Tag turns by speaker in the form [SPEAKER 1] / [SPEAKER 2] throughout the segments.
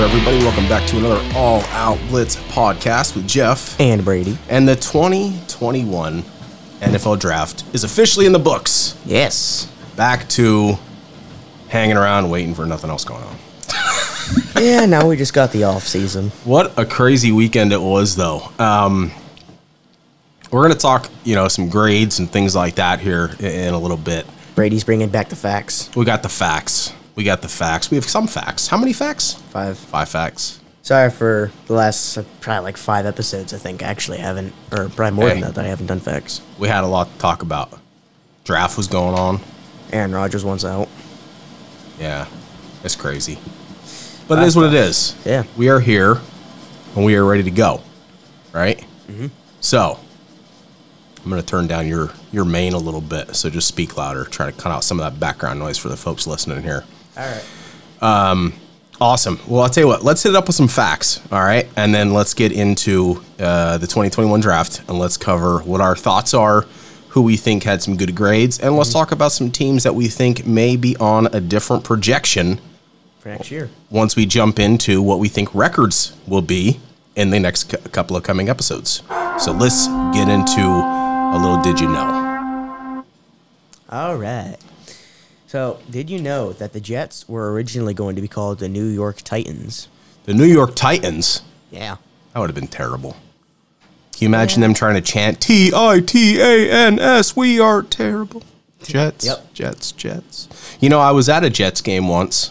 [SPEAKER 1] everybody. Welcome back to another All Out Blitz podcast with Jeff.
[SPEAKER 2] and Brady.
[SPEAKER 1] And the 2021 NFL Draft is officially in the books.
[SPEAKER 2] Yes.
[SPEAKER 1] Back to hanging around, waiting for nothing else going on.
[SPEAKER 2] Yeah, now we just got the off season.
[SPEAKER 1] What a crazy weekend it was, though. Um, we're going to talk, you know, some grades and things like that here i- in a little bit.
[SPEAKER 2] Brady's bringing back the facts.
[SPEAKER 1] We got the facts. We got the facts. We have some facts. How many facts?
[SPEAKER 2] Five.
[SPEAKER 1] Five facts.
[SPEAKER 2] Sorry for the last uh, probably like five episodes. I think I actually haven't, or probably more
[SPEAKER 1] Hey.
[SPEAKER 2] than that, that I haven't done facts.
[SPEAKER 1] We had a lot to talk about. Draft was going on.
[SPEAKER 2] Aaron Rodgers wants out.
[SPEAKER 1] Yeah, it's crazy. But it is what it is.
[SPEAKER 2] Yeah.
[SPEAKER 1] We are here and we are ready to go. Right? Mm-hmm. So I'm going to turn down your, your main a little bit. So just speak louder. Try to cut out some of that background noise for the folks listening here.
[SPEAKER 2] All right.
[SPEAKER 1] Awesome. Well, I'll tell you what, let's hit it up with some facts. All right. And then let's get into uh, the 2021 draft and let's cover what our thoughts are, who we think had some good grades, and let's talk about some teams that we think may be on a different projection
[SPEAKER 2] For next year.
[SPEAKER 1] once we jump into what we think records will be in the next cou- couple of coming episodes. So let's get into a little did you know?
[SPEAKER 2] All right. So, did you know that the Jets were originally going to be called the New York Titans?
[SPEAKER 1] The New York Titans,
[SPEAKER 2] Yeah.
[SPEAKER 1] that would have been terrible. Can you imagine them trying to chant T I T A N S? We are terrible. Jets,
[SPEAKER 2] Yep.
[SPEAKER 1] Jets, Jets. You know, I was at a Jets game once.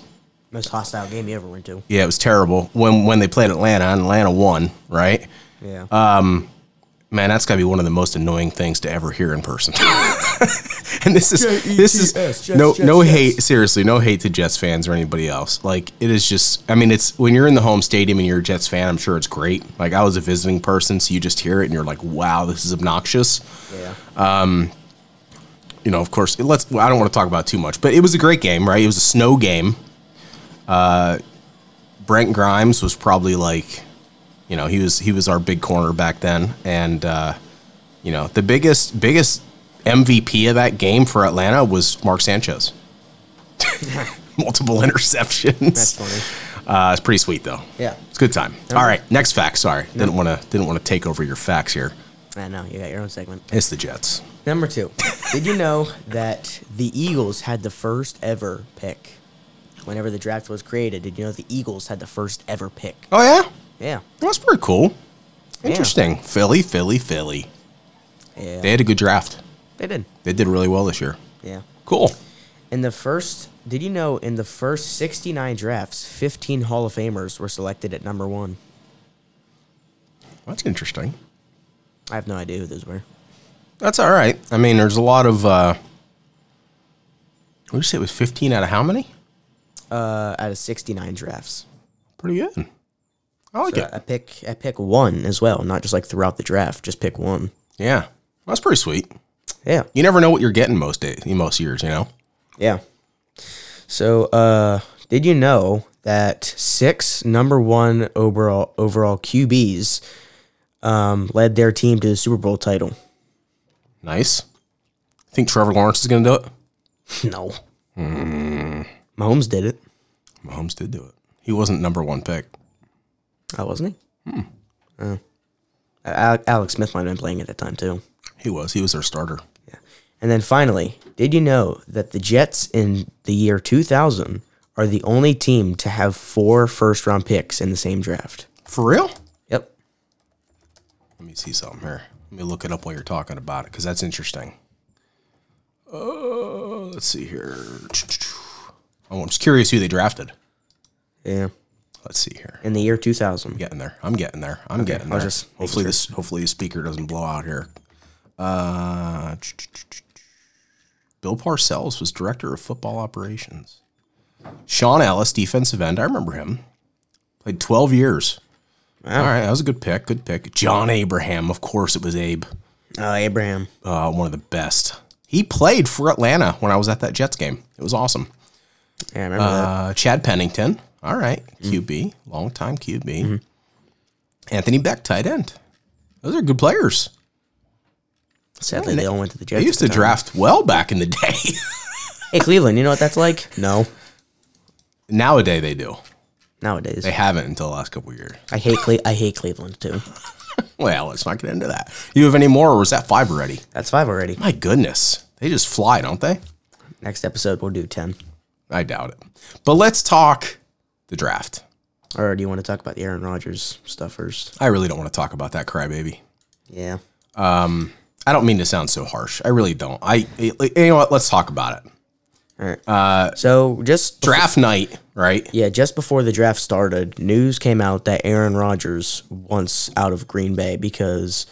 [SPEAKER 2] Most hostile game you ever went to.
[SPEAKER 1] Yeah, it was terrible when when they played Atlanta and Atlanta won, right?
[SPEAKER 2] Yeah.
[SPEAKER 1] Man, that's gotta be one of the most annoying things to ever hear in person. and this is this is
[SPEAKER 2] J-E-T-S,
[SPEAKER 1] no
[SPEAKER 2] Jets,
[SPEAKER 1] no
[SPEAKER 2] Jets,
[SPEAKER 1] hate.
[SPEAKER 2] Jets.
[SPEAKER 1] Seriously, no hate to Jets fans or anybody else. Like it is just. I mean, it's when you're in the home stadium and you're a Jets fan. I'm sure it's great. Like I was a visiting person, so you just hear it and you're like, wow, this is obnoxious.
[SPEAKER 2] yeah.
[SPEAKER 1] You know, of course, it let's. well, I don't want to talk about it too much, but it was a great game, right? It was a snow game. Uh, Brent Grimes was probably like, you know, he was he was our big corner back then, and uh, you know, the biggest biggest MVP of that game for Atlanta was Mark Sanchez. Multiple interceptions.
[SPEAKER 2] That's funny.
[SPEAKER 1] Uh, it's pretty sweet though.
[SPEAKER 2] Yeah.
[SPEAKER 1] it's a good time.
[SPEAKER 2] Okay.
[SPEAKER 1] All right, next fact. Sorry, didn't want to didn't want to take over your facts here.
[SPEAKER 2] I know. You got your own segment.
[SPEAKER 1] It's the Jets.
[SPEAKER 2] Number two, did you know that the Eagles had the first ever pick? Whenever the draft was created, did you know the Eagles had the first ever pick?
[SPEAKER 1] Oh yeah,
[SPEAKER 2] Yeah.
[SPEAKER 1] that's pretty cool. Interesting. Philly, Philly, Philly.
[SPEAKER 2] Yeah.
[SPEAKER 1] They had a good draft.
[SPEAKER 2] They did.
[SPEAKER 1] They did really well this year.
[SPEAKER 2] Yeah.
[SPEAKER 1] Cool.
[SPEAKER 2] In the first, did you know in the first 69 drafts, 15 Hall of Famers were selected at number one?
[SPEAKER 1] That's interesting.
[SPEAKER 2] I have no idea who those were.
[SPEAKER 1] That's all right. I mean, there's a lot of. Uh, what did you say it was 15 out of how many?
[SPEAKER 2] Uh, out of 69 drafts.
[SPEAKER 1] Pretty good. I like
[SPEAKER 2] So I
[SPEAKER 1] it.
[SPEAKER 2] pick I pick one as well, not just like throughout the draft, just pick one.
[SPEAKER 1] Yeah, that's pretty sweet.
[SPEAKER 2] Yeah.
[SPEAKER 1] You never know what you're getting most days, most years. You know.
[SPEAKER 2] Yeah. So, uh, did you know that six number one overall overall QBs um, led their team to the Super Bowl title?
[SPEAKER 1] Nice. Think Trevor Lawrence is going to do it?
[SPEAKER 2] No. Mahomes did it.
[SPEAKER 1] Mahomes did do it. He wasn't number one pick.
[SPEAKER 2] Oh, wasn't he? Oh. Al- Alex Smith might have been playing at that time too.
[SPEAKER 1] He was. He was their starter.
[SPEAKER 2] Yeah. And then finally, did you know that the Jets in the year 2000 are the only team to have four first round picks in the same draft?
[SPEAKER 1] For real?
[SPEAKER 2] Yep.
[SPEAKER 1] Let me see something here. Let me look it up while you're talking about it because that's interesting. Uh, let's see here. Oh, I'm just curious who they drafted.
[SPEAKER 2] Yeah.
[SPEAKER 1] Let's see here.
[SPEAKER 2] In the year 2000.
[SPEAKER 1] getting there. I'm getting there. I'm getting
[SPEAKER 2] I'll
[SPEAKER 1] there.
[SPEAKER 2] just make
[SPEAKER 1] hopefully this hopefully the speaker doesn't blow out here. Uh, Bill Parcells was director of football operations. Sean Ellis, defensive end. I remember him. Played 12 years. All right, that was a good pick. Good pick. John Abraham, of course, it was Abe.
[SPEAKER 2] Oh, Abraham.
[SPEAKER 1] Uh, one of the best. He played for Atlanta when I was at that Jets game. It was awesome.
[SPEAKER 2] Yeah, I remember that.
[SPEAKER 1] Uh, Mm-hmm. Chad Pennington. All right. QB. Long time QB. Anthony Beck, tight end. Those are good players.
[SPEAKER 2] Sadly, they all went to the
[SPEAKER 1] They
[SPEAKER 2] Jets.
[SPEAKER 1] used to draft well back in the day.
[SPEAKER 2] Hey, Cleveland, you know what that's like? No.
[SPEAKER 1] Nowadays they do.
[SPEAKER 2] nowadays.
[SPEAKER 1] They haven't until the last couple of years.
[SPEAKER 2] I hate Cle- I hate Cleveland too.
[SPEAKER 1] Well, let's not get into that. You have any more, or was that five already?
[SPEAKER 2] That's five already.
[SPEAKER 1] My goodness, they just fly, don't they?
[SPEAKER 2] Next episode we'll do ten.
[SPEAKER 1] I doubt it. But let's talk the draft.
[SPEAKER 2] Or do you want to talk about the Aaron Rodgers stuff first?
[SPEAKER 1] I really don't want to talk about that crybaby.
[SPEAKER 2] Yeah.
[SPEAKER 1] I don't mean to sound so harsh. I really don't. I you know what? Let's talk about it.
[SPEAKER 2] All right.
[SPEAKER 1] Uh,
[SPEAKER 2] so just
[SPEAKER 1] Draft night, right?
[SPEAKER 2] Yeah, just before the draft started, news came out that Aaron Rodgers wants out of Green Bay because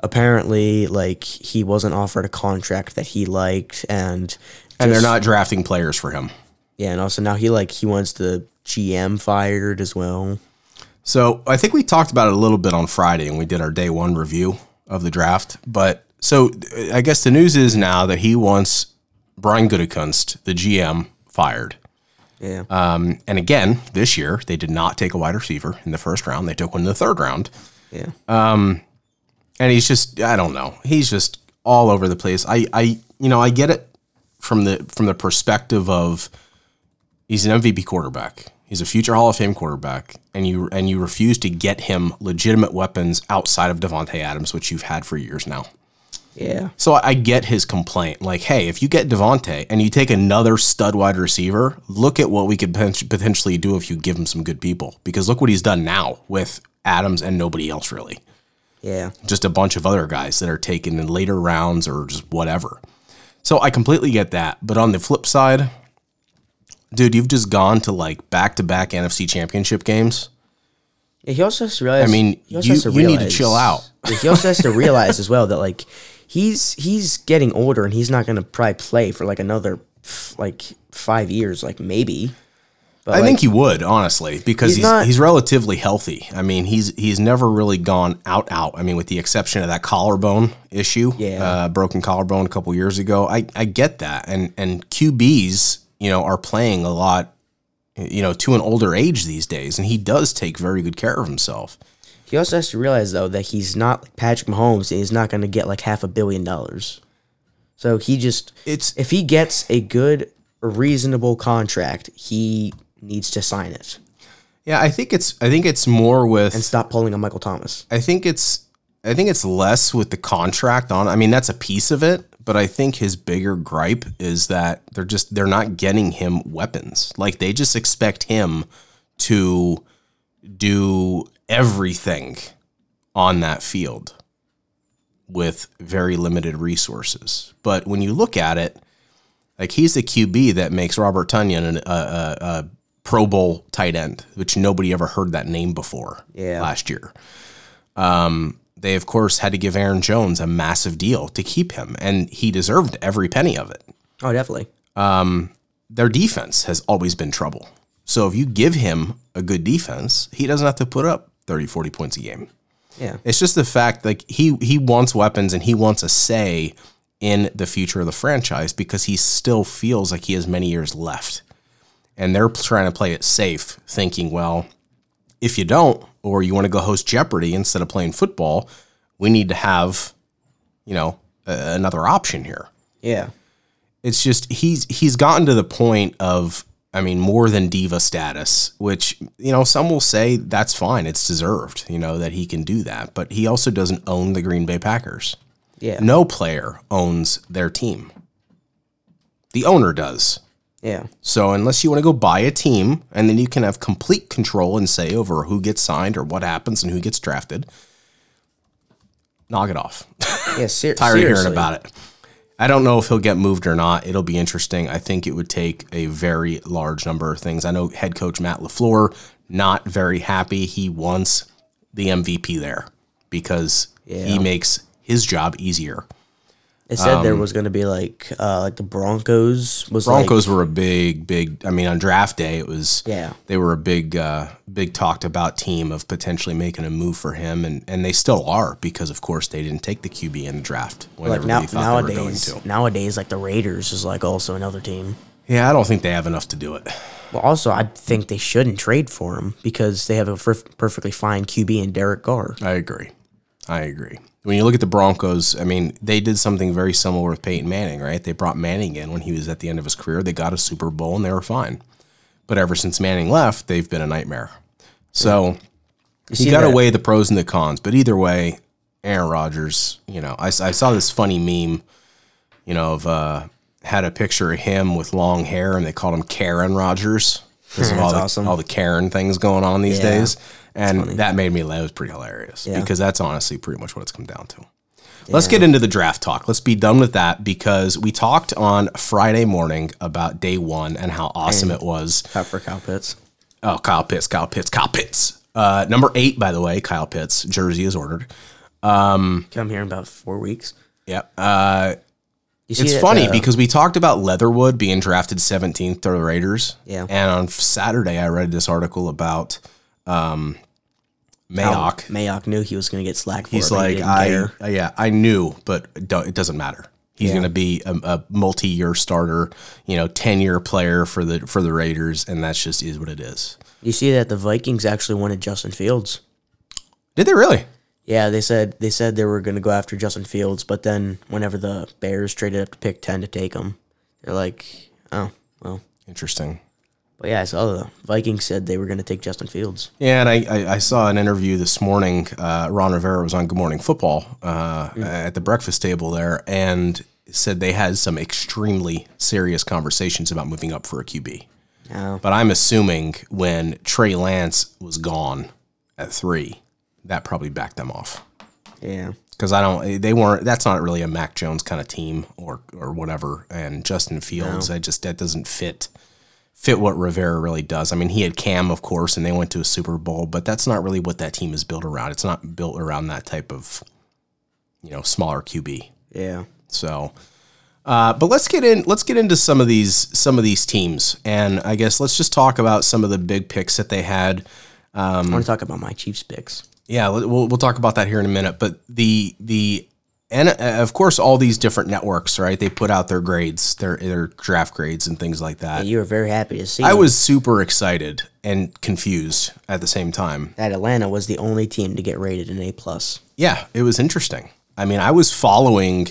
[SPEAKER 2] apparently, like, he wasn't offered a contract that he liked, and
[SPEAKER 1] And they're not drafting players for him.
[SPEAKER 2] yeah, and also now he like he wants the GM fired as well.
[SPEAKER 1] So I think we talked about it a little bit on Friday, and we did our day one review of the draft. But so uh, I guess the news is now that he wants Brian Gutekunst, the GM, fired.
[SPEAKER 2] Yeah,
[SPEAKER 1] Um, and again, this year they did not take a wide receiver in the first round. They took one in the third round.
[SPEAKER 2] yeah,
[SPEAKER 1] uh, and he's just I don't know. He's just all over the place. I I you know, I get it from the from the perspective of he's an MVP quarterback. He's a future Hall of Fame quarterback and you and you refuse to get him legitimate weapons outside of Devontae Adams which you've had for years now.
[SPEAKER 2] yeah,
[SPEAKER 1] So I, I get his complaint. Like, hey, if you get Devontae and you take another stud wide receiver, look at what we could poten- potentially do if you give him some good people. Because look what he's done now with Adams and nobody else really
[SPEAKER 2] yeah,
[SPEAKER 1] just a bunch of other guys that are taken in later rounds or just whatever. So I completely get that. But on the flip side, dude, you've just gone to like back to back NFC championship games.
[SPEAKER 2] yeah. He also has to realize.
[SPEAKER 1] I mean,
[SPEAKER 2] he also
[SPEAKER 1] you-
[SPEAKER 2] has to
[SPEAKER 1] you need to chill out.
[SPEAKER 2] Yeah, he also has to realize as well that like he's he's getting older and he's not going to probably play for like another f- like five years, like maybe.
[SPEAKER 1] I think he would, honestly, because
[SPEAKER 2] He's
[SPEAKER 1] he's he's,
[SPEAKER 2] not-
[SPEAKER 1] relatively healthy. I mean, he's he's never really gone out out. I mean, with the exception of that collarbone issue,
[SPEAKER 2] Yeah.
[SPEAKER 1] uh, broken collarbone a couple years ago. I, I get that, and and QBs, you know, are playing a lot, you know, to an older age these days, and he does take very good care of himself.
[SPEAKER 2] He also has to realize though that he's not like Patrick Mahomes and he's not going to get like half a billion dollars. So he just
[SPEAKER 1] It's
[SPEAKER 2] if he gets a good reasonable contract, he needs to sign it
[SPEAKER 1] Yeah, I think it's I think it's more
[SPEAKER 2] and
[SPEAKER 1] with
[SPEAKER 2] stop pulling on Michael Thomas.
[SPEAKER 1] I think it's I think it's less with the contract on. I mean, that's a piece of it, but I think his bigger gripe is that they're just they're not getting him weapons. Like they just expect him to do everything on that field with very limited resources. But when you look at it, like he's the QB that makes Robert Tunyon a, a, a Pro Bowl tight end, which nobody ever heard that name before
[SPEAKER 2] Yeah.
[SPEAKER 1] last year. Um, they of course had to give Aaron Jones a massive deal to keep him, and he deserved every penny of it.
[SPEAKER 2] Oh, definitely.
[SPEAKER 1] Their defense has always been trouble. So if you give him a good defense, he doesn't have to put up 30, 40 points a game.
[SPEAKER 2] Yeah.
[SPEAKER 1] It's just the fact like he he wants weapons and he wants a say in the future of the franchise because he still feels like he has many years left. And they're trying to play it safe, thinking, well, if you don't or you want to go host Jeopardy instead of playing football, we need to have, you know, a- another option here
[SPEAKER 2] Yeah.
[SPEAKER 1] it's just he's he's gotten to the point of I mean more than diva status, which you know some will say that's fine, it's deserved, you know that he can do that, but he also doesn't own the Green Bay Packers.
[SPEAKER 2] Yeah.
[SPEAKER 1] No player owns their team. The owner does.
[SPEAKER 2] Yeah.
[SPEAKER 1] So unless you want to go buy a team and then you can have complete control and say over who gets signed or what happens and who gets drafted, knock it off.
[SPEAKER 2] Yeah. Ser-
[SPEAKER 1] tired of
[SPEAKER 2] seriously.
[SPEAKER 1] hearing about it. I don't know if he'll get moved or not. It'll be interesting. I think it would take a very large number of things. I know head coach Matt LaFleur not very happy. He wants the MVP there because
[SPEAKER 2] Yeah.
[SPEAKER 1] he makes his job easier.
[SPEAKER 2] It said there was going to be like uh like the Broncos was like-
[SPEAKER 1] um, Broncos were a big, big. I mean, on draft day, it was.
[SPEAKER 2] Yeah.
[SPEAKER 1] they were a big, uh, big talked about team of potentially making a move for him, and and they still are because, of course, they didn't take the QB in the draft when
[SPEAKER 2] like now,
[SPEAKER 1] everybody thought they were going
[SPEAKER 2] nowadays
[SPEAKER 1] to.
[SPEAKER 2] nowadays like the Raiders is like also another team.
[SPEAKER 1] Yeah, I don't think they have enough to do it.
[SPEAKER 2] Well, also, I think they shouldn't trade for him because they have a perf- perfectly fine QB in Derek Carr.
[SPEAKER 1] I agree. I agree. When you look at the Broncos, I mean, they did something very similar with Peyton Manning, right? They brought Manning in when he was at the end of his career. They got a Super Bowl and they were fine. But ever since Manning left, they've been a nightmare. So
[SPEAKER 2] You,
[SPEAKER 1] you
[SPEAKER 2] see
[SPEAKER 1] got to
[SPEAKER 2] that?
[SPEAKER 1] weigh the pros and the cons. But either way, Aaron Rodgers, you know, I, I saw this funny meme, you know, of uh, had a picture of him with long hair and they called him Karen Rodgers. Because of all the,
[SPEAKER 2] Hmm, awesome.
[SPEAKER 1] all the Karen things going on these
[SPEAKER 2] Yeah.
[SPEAKER 1] days. And that made me laugh. It was pretty hilarious because that's honestly pretty much what it's come down to. Let's get into the draft talk. Let's be done with that because we talked on Friday morning about day one and how awesome
[SPEAKER 2] Mm.
[SPEAKER 1] it was.
[SPEAKER 2] Not for cow pits.
[SPEAKER 1] Oh, Kyle Pitts, Kyle Pitts, Kyle Pitts. Uh, number eight, by the way, Kyle Pitts jersey is ordered.
[SPEAKER 2] Come here in about four weeks.
[SPEAKER 1] Yep. Uh,
[SPEAKER 2] You see
[SPEAKER 1] it's
[SPEAKER 2] that,
[SPEAKER 1] funny
[SPEAKER 2] uh,
[SPEAKER 1] because we talked about Leatherwood being drafted 17th to the Raiders.
[SPEAKER 2] Yeah.
[SPEAKER 1] And on Saturday, I read this article about um, Mayock.
[SPEAKER 2] Mayock knew he was going to get slack for
[SPEAKER 1] He's
[SPEAKER 2] it, but he
[SPEAKER 1] like,
[SPEAKER 2] didn't
[SPEAKER 1] I,
[SPEAKER 2] care.
[SPEAKER 1] uh, yeah, I knew, but it don't, it doesn't matter. He's going to be a, a multi-year starter, you know, 10-year player for the for the Raiders, and that's just is what it is.
[SPEAKER 2] You see that the Vikings actually wanted Justin Fields.
[SPEAKER 1] Did they really?
[SPEAKER 2] Yeah, they said they said they were going to go after Justin Fields, but then whenever the Bears traded up to pick ten to take him, they're like, oh well.
[SPEAKER 1] Interesting.
[SPEAKER 2] But yeah, I saw the Vikings said they were going to take Justin Fields.
[SPEAKER 1] Yeah, and I, I, I saw an interview this morning. Uh, Ron Rivera was on Good Morning Football uh, at the breakfast table there and said they had some extremely serious conversations about moving up for a QB.
[SPEAKER 2] Oh.
[SPEAKER 1] But I'm assuming when Trey Lance was gone at three, that probably backed them off
[SPEAKER 2] Yeah,
[SPEAKER 1] because I don't. They weren't. That's not really a Mac Jones kind of team or or whatever. And Justin Fields, I just that doesn't fit fit what Rivera really does. I mean, he had Cam, of course, and they went to a Super Bowl, but that's not really what that team is built around. It's not built around that type of you know smaller QB.
[SPEAKER 2] yeah.
[SPEAKER 1] So, uh, but let's get in. Let's get into some of these some of these teams, and I guess let's just talk about some of the big picks that they had.
[SPEAKER 2] I want to talk about my Chiefs picks.
[SPEAKER 1] Yeah, let- we'll we'll talk about that here in a minute. But the the and uh, of course all these different networks, right? They put out their grades, their their draft grades and things like that.
[SPEAKER 2] You were very happy to see
[SPEAKER 1] I was super excited and confused at the same time.
[SPEAKER 2] that Atlanta was the only team to get rated an A plus.
[SPEAKER 1] Yeah, it was interesting. I mean, I was following,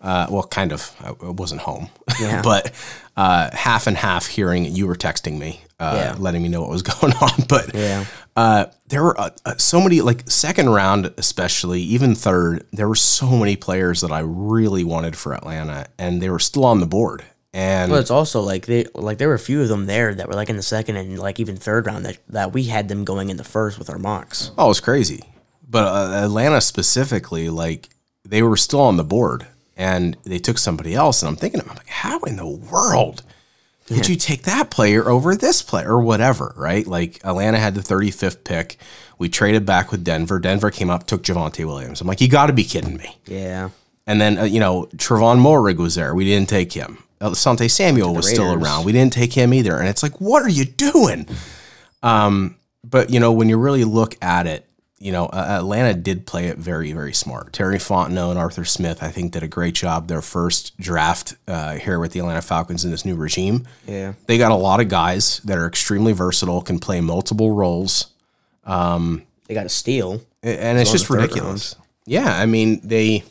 [SPEAKER 1] uh, well, kind of. I I wasn't home,
[SPEAKER 2] Yeah.
[SPEAKER 1] but uh, half and half. Hearing it, you were texting me, uh,
[SPEAKER 2] Yeah.
[SPEAKER 1] letting me know what was going on. But
[SPEAKER 2] Yeah.
[SPEAKER 1] uh, there were uh, uh, so many, like second round, especially even third. There were so many players that I really wanted for Atlanta, and they were still on the board. And
[SPEAKER 2] But it's also like they like there were a few of them there that were like in the second and like even third round that that we had them going in the first with our mocks.
[SPEAKER 1] Oh, it's crazy. But uh, Atlanta specifically, like they were still on the board and they took somebody else. And I'm thinking, I'm like, how in the world did you take that player over this player or whatever? Right? Like Atlanta had the 35th pick. We traded back with Denver. Denver came up, took Javante Williams. I'm like, you got to be kidding me.
[SPEAKER 2] Yeah.
[SPEAKER 1] And then, uh, you know, Trevon Morrig was there. We didn't take him. Sante Samuel was still
[SPEAKER 2] Raiders.
[SPEAKER 1] around. We didn't take him either. And it's like, what are you doing? Um, but, you know, when you really look at it, you know, uh, Atlanta did play it very, very smart. Terry Fontenot and Arthur Smith, I think, did a great job their first draft uh, here with the Atlanta Falcons in this new regime.
[SPEAKER 2] Yeah.
[SPEAKER 1] They got a lot of guys that are extremely versatile, can play multiple roles.
[SPEAKER 2] They got a steal.
[SPEAKER 1] and it's just
[SPEAKER 2] the third
[SPEAKER 1] ridiculous. Yeah, I mean they.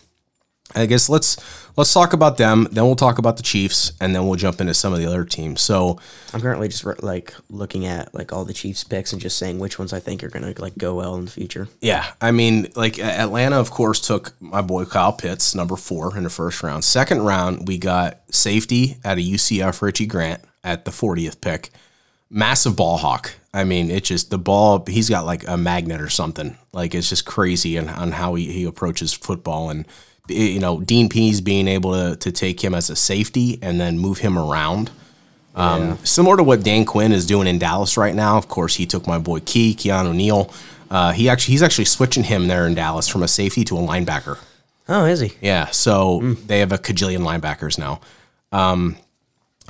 [SPEAKER 1] I guess let's let's talk about them. Then we'll talk about the Chiefs, and then we'll jump into some of the other teams. So
[SPEAKER 2] I'm currently just re- like looking at like all the Chiefs picks and just saying which ones I think are gonna like go well in the future.
[SPEAKER 1] yeah, I mean like A- Atlanta, of course, took my boy Kyle Pitts, number four in the first round. Second round, we got safety at a UCF Richie Grant at the 40th pick. Massive ball hawk. I mean, it just the ball. He's got like a magnet or something. Like it's just crazy on, on how he, he approaches football and you know Dean Pease being able to to take him as a safety and then move him around. Um, Similar to what Dan Quinn is doing in Dallas right now. Of course, he took my boy Key Keanu Neal. Uh, he actually he's actually switching him there in Dallas from a safety to a linebacker.
[SPEAKER 2] Oh, is he?
[SPEAKER 1] Yeah, so
[SPEAKER 2] Hmm.
[SPEAKER 1] they have a cajillion linebackers now. Um,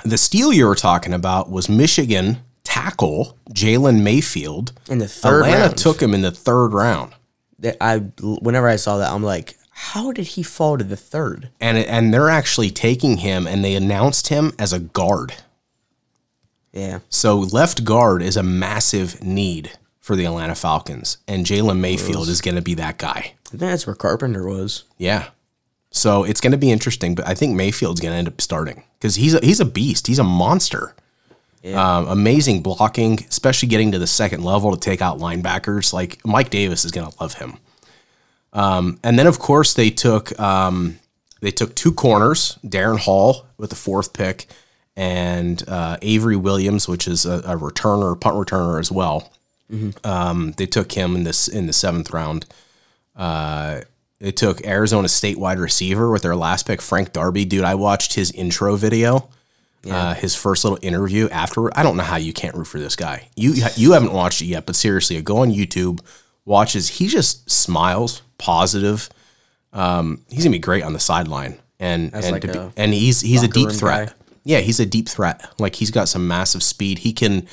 [SPEAKER 1] the steal you were talking about was Michigan tackle Jalen Mayfield.
[SPEAKER 2] In the third
[SPEAKER 1] Atlanta
[SPEAKER 2] round.
[SPEAKER 1] took him in the third round,
[SPEAKER 2] That I whenever I saw that, I'm like, how did he fall to the third?
[SPEAKER 1] and and they're actually taking him, and they announced him as a guard.
[SPEAKER 2] Yeah.
[SPEAKER 1] So left guard is a massive need for the Atlanta Falcons, and Jalen Mayfield is going to be that guy.
[SPEAKER 2] I think that's where Carpenter was.
[SPEAKER 1] Yeah. So it's going to be interesting, but I think Mayfield's going to end up starting because he's a, he's a beast. He's a monster. Um, amazing blocking, especially getting to the second level to take out linebackers. Like Mike Davis is going to love him. Um, and then of course they took um, they took two corners, Darren Hall with the fourth pick, and uh, Avery Williams, which is a, a returner, punt returner as well. Um, they took him in this in the seventh round. Uh, They took Arizona State wide receiver with their last pick, Frank Darby. Dude, I watched his intro video, uh, his first little interview afterward. I don't know how you can't root for this guy. You you haven't watched it yet, but seriously, go on YouTube, watches. He just smiles, positive. Um, he's gonna be great on the sideline, and and
[SPEAKER 2] like
[SPEAKER 1] to be-
[SPEAKER 2] a
[SPEAKER 1] and he's he's a deep
[SPEAKER 2] room
[SPEAKER 1] threat.
[SPEAKER 2] guy.
[SPEAKER 1] Yeah, he's a deep threat. Like he's got some massive speed. He can,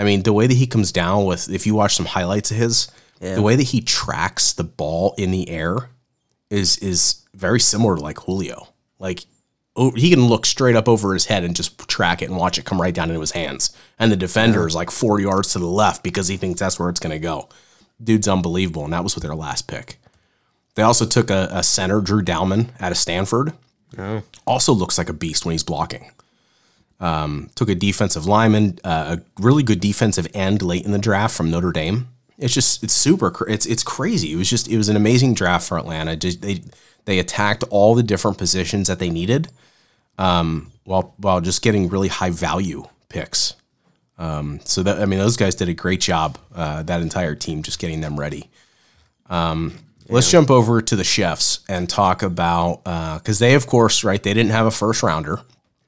[SPEAKER 1] I mean, the way that he comes down with, if you watch some highlights of his, the way that he tracks the ball in the air is is very similar to like Julio. Like oh, he can look straight up over his head and just track it and watch it come right down into his hands. And the defender is like four yards to the left because he thinks that's where it's going to go. Dude's unbelievable, and that was with their last pick. They also took a, a center, Drew Dowman, out of Stanford. Also looks like a beast when he's blocking. Um, took a defensive lineman, uh, a really good defensive end late in the draft from Notre Dame. It's just it's super cra- it's it's crazy. It was just it was an amazing draft for Atlanta. Just, they they attacked all the different positions that they needed, um, while while just getting really high value picks. Um, so that I mean those guys did a great job. Uh, that entire team just getting them ready. Let's jump over to the chefs and talk about because they, of course, right, they didn't have a first rounder,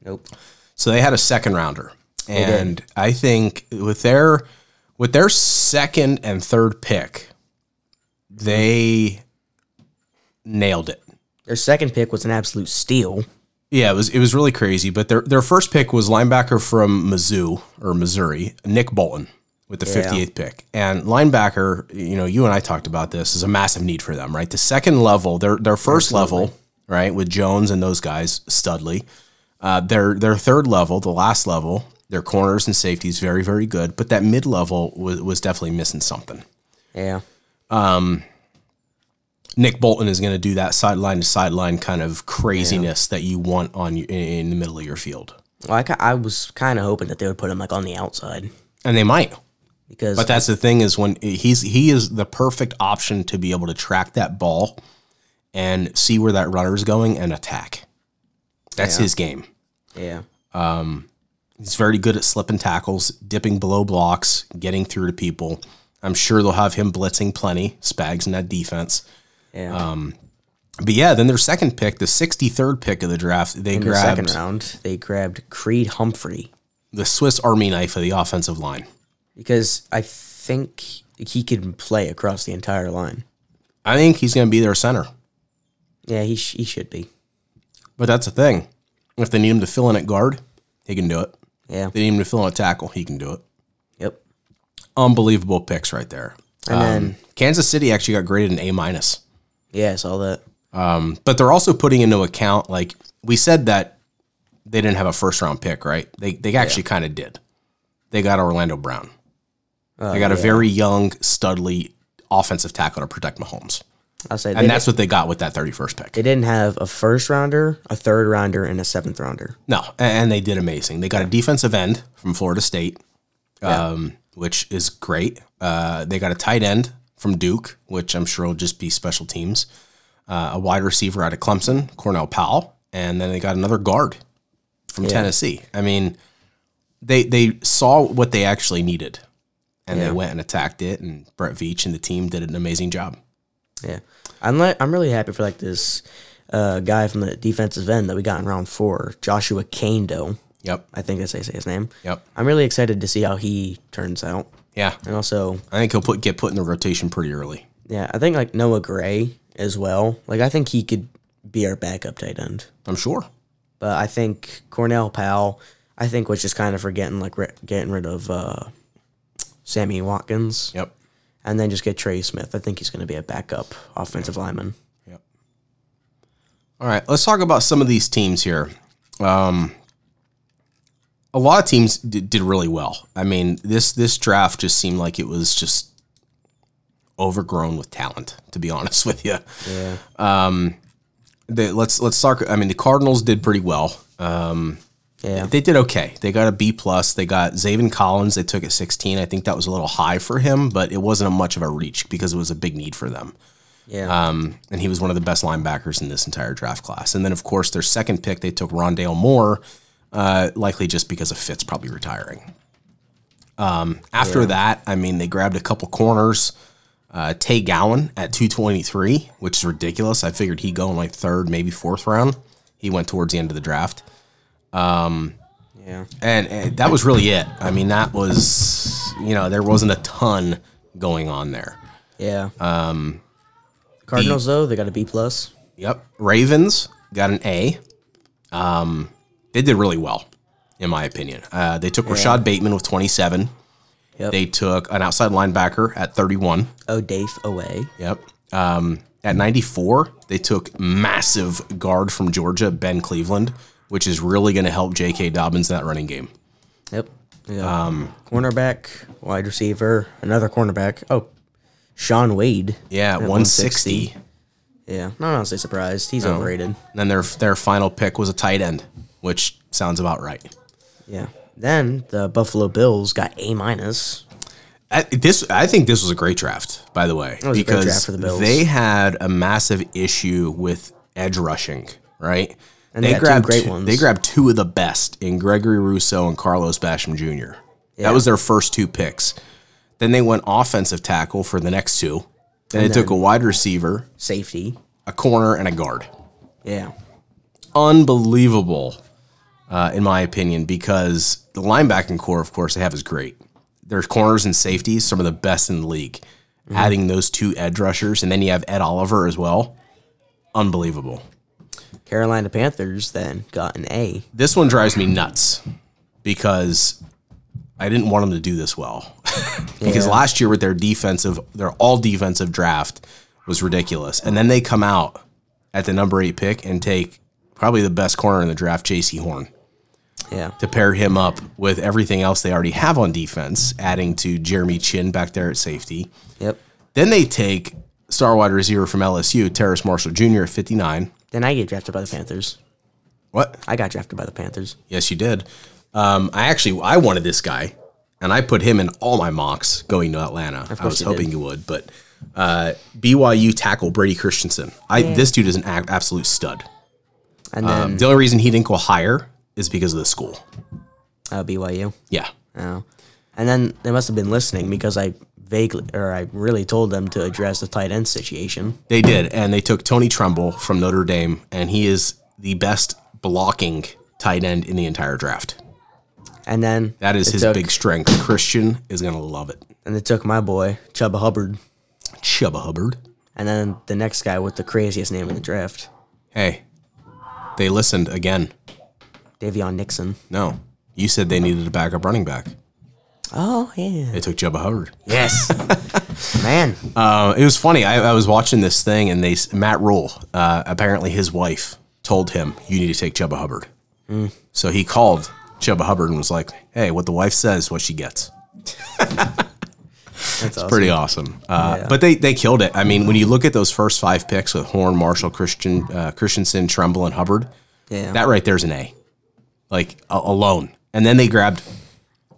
[SPEAKER 2] Nope.
[SPEAKER 1] so they had a second rounder, and I think with their with their second and third pick, they nailed it.
[SPEAKER 2] Their second pick was an absolute steal.
[SPEAKER 1] Yeah, it was it was really crazy. But their their first pick was linebacker from Mizzou or Missouri, Nick Bolton, with the fifty eighth pick. And linebacker, you know, you and I talked about this is a massive need for them, right? The second level, their their first level, right, with Jones and those guys, Studley. Uh, their their third level, the last level, their corners and safeties very very good, but that mid level was was definitely missing something.
[SPEAKER 2] Yeah.
[SPEAKER 1] Nick Bolton is going to do that sideline to sideline kind of craziness that you want on you, in, in the middle of your field,
[SPEAKER 2] Well, I, ki- I was kind of hoping that they would put him like on the outside
[SPEAKER 1] and they might.
[SPEAKER 2] because
[SPEAKER 1] But that's the thing is when he's he is the perfect option to be able to track that ball and see where that runner is going and attack. That's his game.
[SPEAKER 2] yeah,
[SPEAKER 1] He's very good at slipping tackles, dipping below blocks, getting through to people. I'm sure they'll have him blitzing plenty, Spags in that defense.
[SPEAKER 2] yeah.
[SPEAKER 1] But yeah, then their second pick, the 63rd pick of the draft, they
[SPEAKER 2] In the
[SPEAKER 1] grabbed
[SPEAKER 2] second round, they grabbed Creed Humphrey
[SPEAKER 1] the Swiss Army knife of the offensive line.
[SPEAKER 2] because I think he can play across the entire line.
[SPEAKER 1] I think he's going to be their center.
[SPEAKER 2] Yeah, he sh- he should be.
[SPEAKER 1] But that's the thing. If they need him to fill in at guard, he can do it.
[SPEAKER 2] Yeah.
[SPEAKER 1] They need him to fill in a tackle. He can do it.
[SPEAKER 2] Yep.
[SPEAKER 1] Unbelievable picks right there. Um,
[SPEAKER 2] And then
[SPEAKER 1] Kansas City actually got graded an A minus,
[SPEAKER 2] yeah, I saw that.
[SPEAKER 1] but they're also putting into account like we said that they didn't have a first round pick, right? They they actually kind of did. They got Orlando Brown.
[SPEAKER 2] Oh,
[SPEAKER 1] they got a very young, studly offensive tackle to protect Mahomes,
[SPEAKER 2] I'll say they,
[SPEAKER 1] and that's what they got with that thirty first pick.
[SPEAKER 2] they didn't have a first rounder, a third rounder, and a seventh rounder.
[SPEAKER 1] No, a- and they did amazing. They got a defensive end from Florida State, um, which is great. Uh, they got a tight end from Duke, which I'm sure will just be special teams. Uh, a wide receiver out of Clemson, Cornell Powell, and then they got another guard from Tennessee. I mean, they they saw what they actually needed, and they went and attacked it. And Brett Veach and the team did an amazing job.
[SPEAKER 2] Yeah, I'm like, I'm really happy for like this uh, guy from the defensive end that we got in round four, Joshua Kando.
[SPEAKER 1] Yep,
[SPEAKER 2] I think that's how you say his name.
[SPEAKER 1] yep,
[SPEAKER 2] I'm really excited to see how he turns out,
[SPEAKER 1] yeah.
[SPEAKER 2] and also
[SPEAKER 1] I think he'll put get put in the rotation pretty early.
[SPEAKER 2] yeah, I think like Noah Gray as well. Like I think he could be our backup tight end,
[SPEAKER 1] I'm sure.
[SPEAKER 2] but I think Cornell Powell, I think was just kind of forgetting like re- getting rid of uh, Sammy Watkins,
[SPEAKER 1] Yep.
[SPEAKER 2] and then just get Trey Smith. I think he's going to be a backup offensive lineman.
[SPEAKER 1] Yep. All right, let's talk about some of these teams here. Um, a lot of teams did, did really well. I mean, this this draft just seemed like it was just overgrown with talent. To be honest with you,
[SPEAKER 2] Yeah,
[SPEAKER 1] the, let's let's talk. I mean, the Cardinals did pretty well. Um,
[SPEAKER 2] Yeah.
[SPEAKER 1] They did okay. They got a B plus. They got Zaven Collins. They took at sixteen. I think that was a little high for him, but it wasn't a much of a reach because it was a big need for them.
[SPEAKER 2] Yeah.
[SPEAKER 1] Um, and he was one of the best linebackers in this entire draft class. And then, of course, their second pick, they took Rondale Moore, uh, likely just because of Fitz probably retiring. Um, after that, I mean, they grabbed a couple corners. Uh, Tay Gowan at 223, which is ridiculous. I figured he'd go in like third, maybe fourth round. He went towards the end of the draft. Um,
[SPEAKER 2] yeah.
[SPEAKER 1] And, and that was really it. I mean, that was, you know, there wasn't a ton going on there.
[SPEAKER 2] Yeah. Um Cardinals though, they got a B plus.
[SPEAKER 1] Yep. Ravens got an A. Um, they did really well, in my opinion. Uh, they took Rashad Bateman with 27.
[SPEAKER 2] Yep.
[SPEAKER 1] They took an outside linebacker at 31.
[SPEAKER 2] Oh, Dave away.
[SPEAKER 1] Yep. Um, at 94, they took massive guard from Georgia, Ben Cleveland, which is really going to help J.K. Dobbins in that running game.
[SPEAKER 2] Yep. Yeah. Um cornerback, wide receiver, another cornerback. Oh, Sean Wade.
[SPEAKER 1] Yeah,
[SPEAKER 2] At
[SPEAKER 1] 160.
[SPEAKER 2] 160. Yeah. Not honestly surprised. He's overrated.
[SPEAKER 1] And then their their final pick was a tight end, which sounds about right.
[SPEAKER 2] Yeah. Then the Buffalo Bills got A minus.
[SPEAKER 1] I, this I think this was a great draft, by the way,
[SPEAKER 2] was a great
[SPEAKER 1] because
[SPEAKER 2] draft for the Bills.
[SPEAKER 1] they had a massive issue with edge rushing, right? And
[SPEAKER 2] they got two great ones.
[SPEAKER 1] They grabbed two of the best in Gregory Rousseau and Carlos Basham Jr. That was their first two picks. Then they went offensive tackle for the next two. Then they took a wide receiver,
[SPEAKER 2] Safety.
[SPEAKER 1] a corner, and a guard
[SPEAKER 2] Yeah.
[SPEAKER 1] unbelievable, uh, in my opinion, because the linebacking core, of course, they have is great. Their corners and safeties, some of the best in the league. Adding those two edge rushers, and then you have Ed Oliver as well. Unbelievable.
[SPEAKER 2] Carolina Panthers then got an A.
[SPEAKER 1] This one drives me nuts because I didn't want them to do this well. because
[SPEAKER 2] Yeah.
[SPEAKER 1] last year with their defensive, their all defensive draft was ridiculous. And then they come out at the number eight pick and take probably the best corner in the draft, JC Horn.
[SPEAKER 2] Yeah.
[SPEAKER 1] to pair him up with everything else they already have on defense, adding to Jeremy Chin back there at safety.
[SPEAKER 2] Yep.
[SPEAKER 1] Then they take star wide receiver from LSU, Terrace Marshall Jr. at 59.
[SPEAKER 2] Then I get drafted by the Panthers.
[SPEAKER 1] What?
[SPEAKER 2] I got drafted by the Panthers.
[SPEAKER 1] Yes, you did. Um, I actually I wanted this guy, and I put him in all my mocks going to Atlanta. I was
[SPEAKER 2] you
[SPEAKER 1] hoping you would, but uh, BYU tackle Brady Christensen. I this dude is an a- absolute stud. Um,
[SPEAKER 2] And then
[SPEAKER 1] The only reason he didn't go higher is because of the school.
[SPEAKER 2] uh, BYU.
[SPEAKER 1] Yeah.
[SPEAKER 2] Oh. And then they must have been listening because I vaguely, or I really told them to address the tight end situation.
[SPEAKER 1] They did, and they took Tony Trumbull from Notre Dame, and he is the best blocking tight end in the entire draft.
[SPEAKER 2] And then
[SPEAKER 1] That is
[SPEAKER 2] they
[SPEAKER 1] his
[SPEAKER 2] took-
[SPEAKER 1] big strength. Christian is going to love it.
[SPEAKER 2] And they took my boy Chuba Hubbard,
[SPEAKER 1] Chuba Hubbard.
[SPEAKER 2] and then the next guy with the craziest name in the draft,
[SPEAKER 1] Hey, they listened again.
[SPEAKER 2] Davion Nixon.
[SPEAKER 1] No, you said they needed a backup running back.
[SPEAKER 2] Oh yeah.
[SPEAKER 1] They took Chuba Hubbard.
[SPEAKER 2] Yes. Man.
[SPEAKER 1] Uh, it was funny. I, I was watching this thing, and they s- Matt Rule uh, apparently his wife told him you need to take Chuba Hubbard.
[SPEAKER 2] Hmm.
[SPEAKER 1] So he called Chuba Hubbard and was like, "Hey, what the wife says, what she gets."
[SPEAKER 2] That's awesome.
[SPEAKER 1] pretty awesome. Uh,
[SPEAKER 2] Yeah.
[SPEAKER 1] But they they killed it. I mean, when you look at those first five picks with Horn, Marshall, Christian, uh, Christensen, Tremble, and Hubbard,
[SPEAKER 2] yeah.
[SPEAKER 1] that right there's an A, like a- alone. And then they grabbed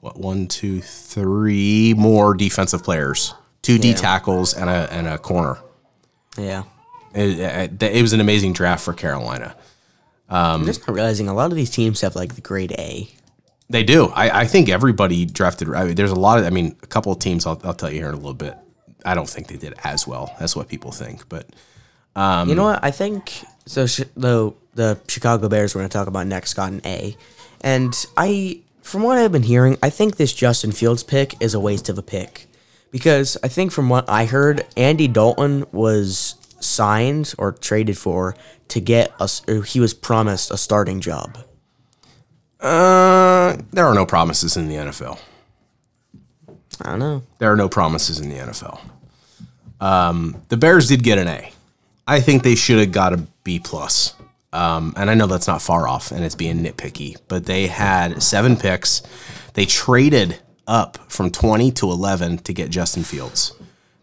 [SPEAKER 1] what one, two, three more defensive players, two D
[SPEAKER 2] Yeah.
[SPEAKER 1] tackles, and a and a corner.
[SPEAKER 2] yeah.
[SPEAKER 1] It, it, it was an amazing draft for Carolina.
[SPEAKER 2] I'm just not realizing a lot of these teams have like the grade A.
[SPEAKER 1] They do. I, I think everybody drafted. I mean, there's a lot of. I mean, a couple of teams. I'll, I'll tell you here in a little bit. I don't think they did as well. That's what people think, but.
[SPEAKER 2] You know what? I think so. Sh- the the Chicago Bears we're going to talk about next got an A, and I, from what I've been hearing, I think this Justin Fields pick is a waste of a pick, because I think from what I heard, Andy Dalton was signed or traded for to get us. Or he was promised a starting job.
[SPEAKER 1] Uh, there are no promises in the NFL.
[SPEAKER 2] I don't know.
[SPEAKER 1] There are no promises in the NFL. Um, the Bears did get an A. I think they should have got a B plus. Um, and I know that's not far off, and it's being nitpicky, but they had seven picks. They traded up from twenty to eleven to get Justin Fields.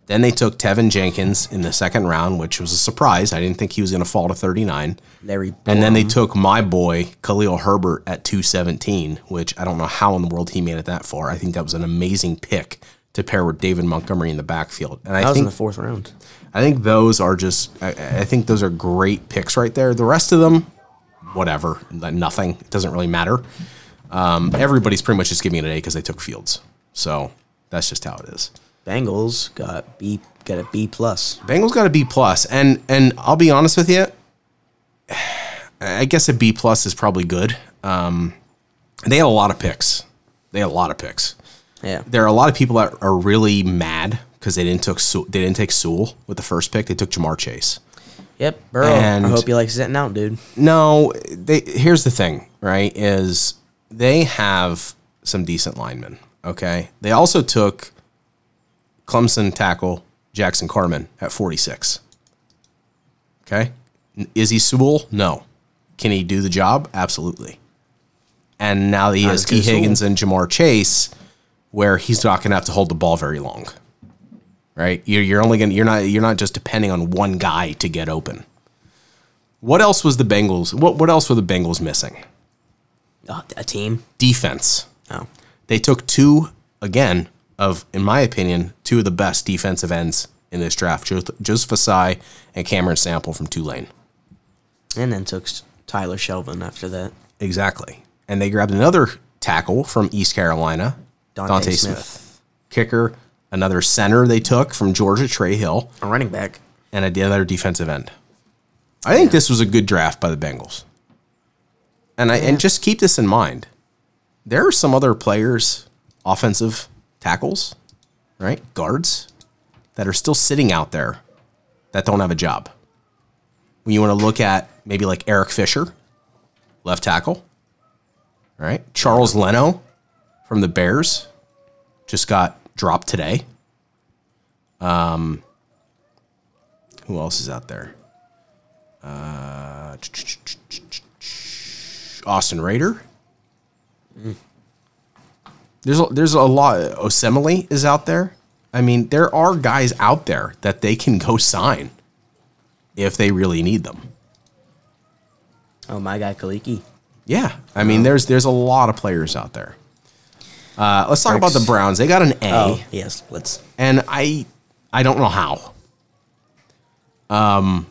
[SPEAKER 1] Then they took Tevin Jenkins in the second round, which was a surprise. I didn't think he was going to fall to 39.
[SPEAKER 2] Larry.
[SPEAKER 1] And then they took my boy Khalil Herbert at 217, which I don't know how in the world he made it that far. I think that was an amazing pick to pair with David Montgomery in the backfield. And I
[SPEAKER 2] that was in
[SPEAKER 1] think
[SPEAKER 2] the fourth round.
[SPEAKER 1] I think those are just I, I think those are great picks right there. The rest of them, whatever, nothing. It doesn't really matter. Um, everybody's pretty much just giving it an A because they took Fields. So that's just how it is.
[SPEAKER 2] Bengals got B got a B plus.
[SPEAKER 1] Bengals got a B plus, and and I'll be honest with you, I guess a B plus is probably good. Um, they had a lot of picks. They had a lot of picks.
[SPEAKER 2] Yeah.
[SPEAKER 1] There are a lot of people that are really mad because they didn't took Sewell- they didn't take Sewell with the first pick. They took Jamar Chase.
[SPEAKER 2] Yep. Burrow.
[SPEAKER 1] And-
[SPEAKER 2] I hope you like sitting out, dude.
[SPEAKER 1] No, they here's the thing, right? Is they have some decent linemen. Okay, they also took Clemson tackle Jackson Carmen at 46. Okay, N- is he Sewell? No. Can he do the job? Absolutely. And now he has
[SPEAKER 2] as
[SPEAKER 1] T
[SPEAKER 2] good as
[SPEAKER 1] Higgins and Jamar Chase, where he's not going to have to hold the ball very long. Right? You're, you're only going. to You're not. You're not just depending on one guy to get open. What else was the Bengals? What what else were the Bengals missing?
[SPEAKER 2] Oh, a team.
[SPEAKER 1] Defense.
[SPEAKER 2] Oh.
[SPEAKER 1] They took two again of, in my opinion, two of the best defensive ends in this draft: Joseph, Joseph Asai and Cameron Sample from Tulane.
[SPEAKER 2] And then took s- Tyler Shelvin after that.
[SPEAKER 1] Exactly. And they grabbed another tackle from East Carolina, Dante,
[SPEAKER 2] Dante
[SPEAKER 1] Smith.
[SPEAKER 2] Smith.
[SPEAKER 1] kicker, another center they took from Georgia, Trey Hill,
[SPEAKER 2] A running back.
[SPEAKER 1] and another defensive end. I think this was a good draft by the Bengals. And I and just keep this in mind. There are some other players, offensive tackles, right? Guards that are still sitting out there that don't have a job. When you want to look at maybe like Eric Fisher, left tackle, right? Charles Leno from the Bears just got dropped today. Who else is out there? Uh, Austin Raider. There's a, there's a lot. Osemele is out there. I mean, there are guys out there that they can go sign if they really need them.
[SPEAKER 2] Oh my guy Kaliki.
[SPEAKER 1] Yeah, I mean, there's there's a lot of players out there. Uh, let's talk about
[SPEAKER 2] Thanks.
[SPEAKER 1] the Browns. They got an A.
[SPEAKER 2] Oh yes. Let's.
[SPEAKER 1] and I I don't know how. Um,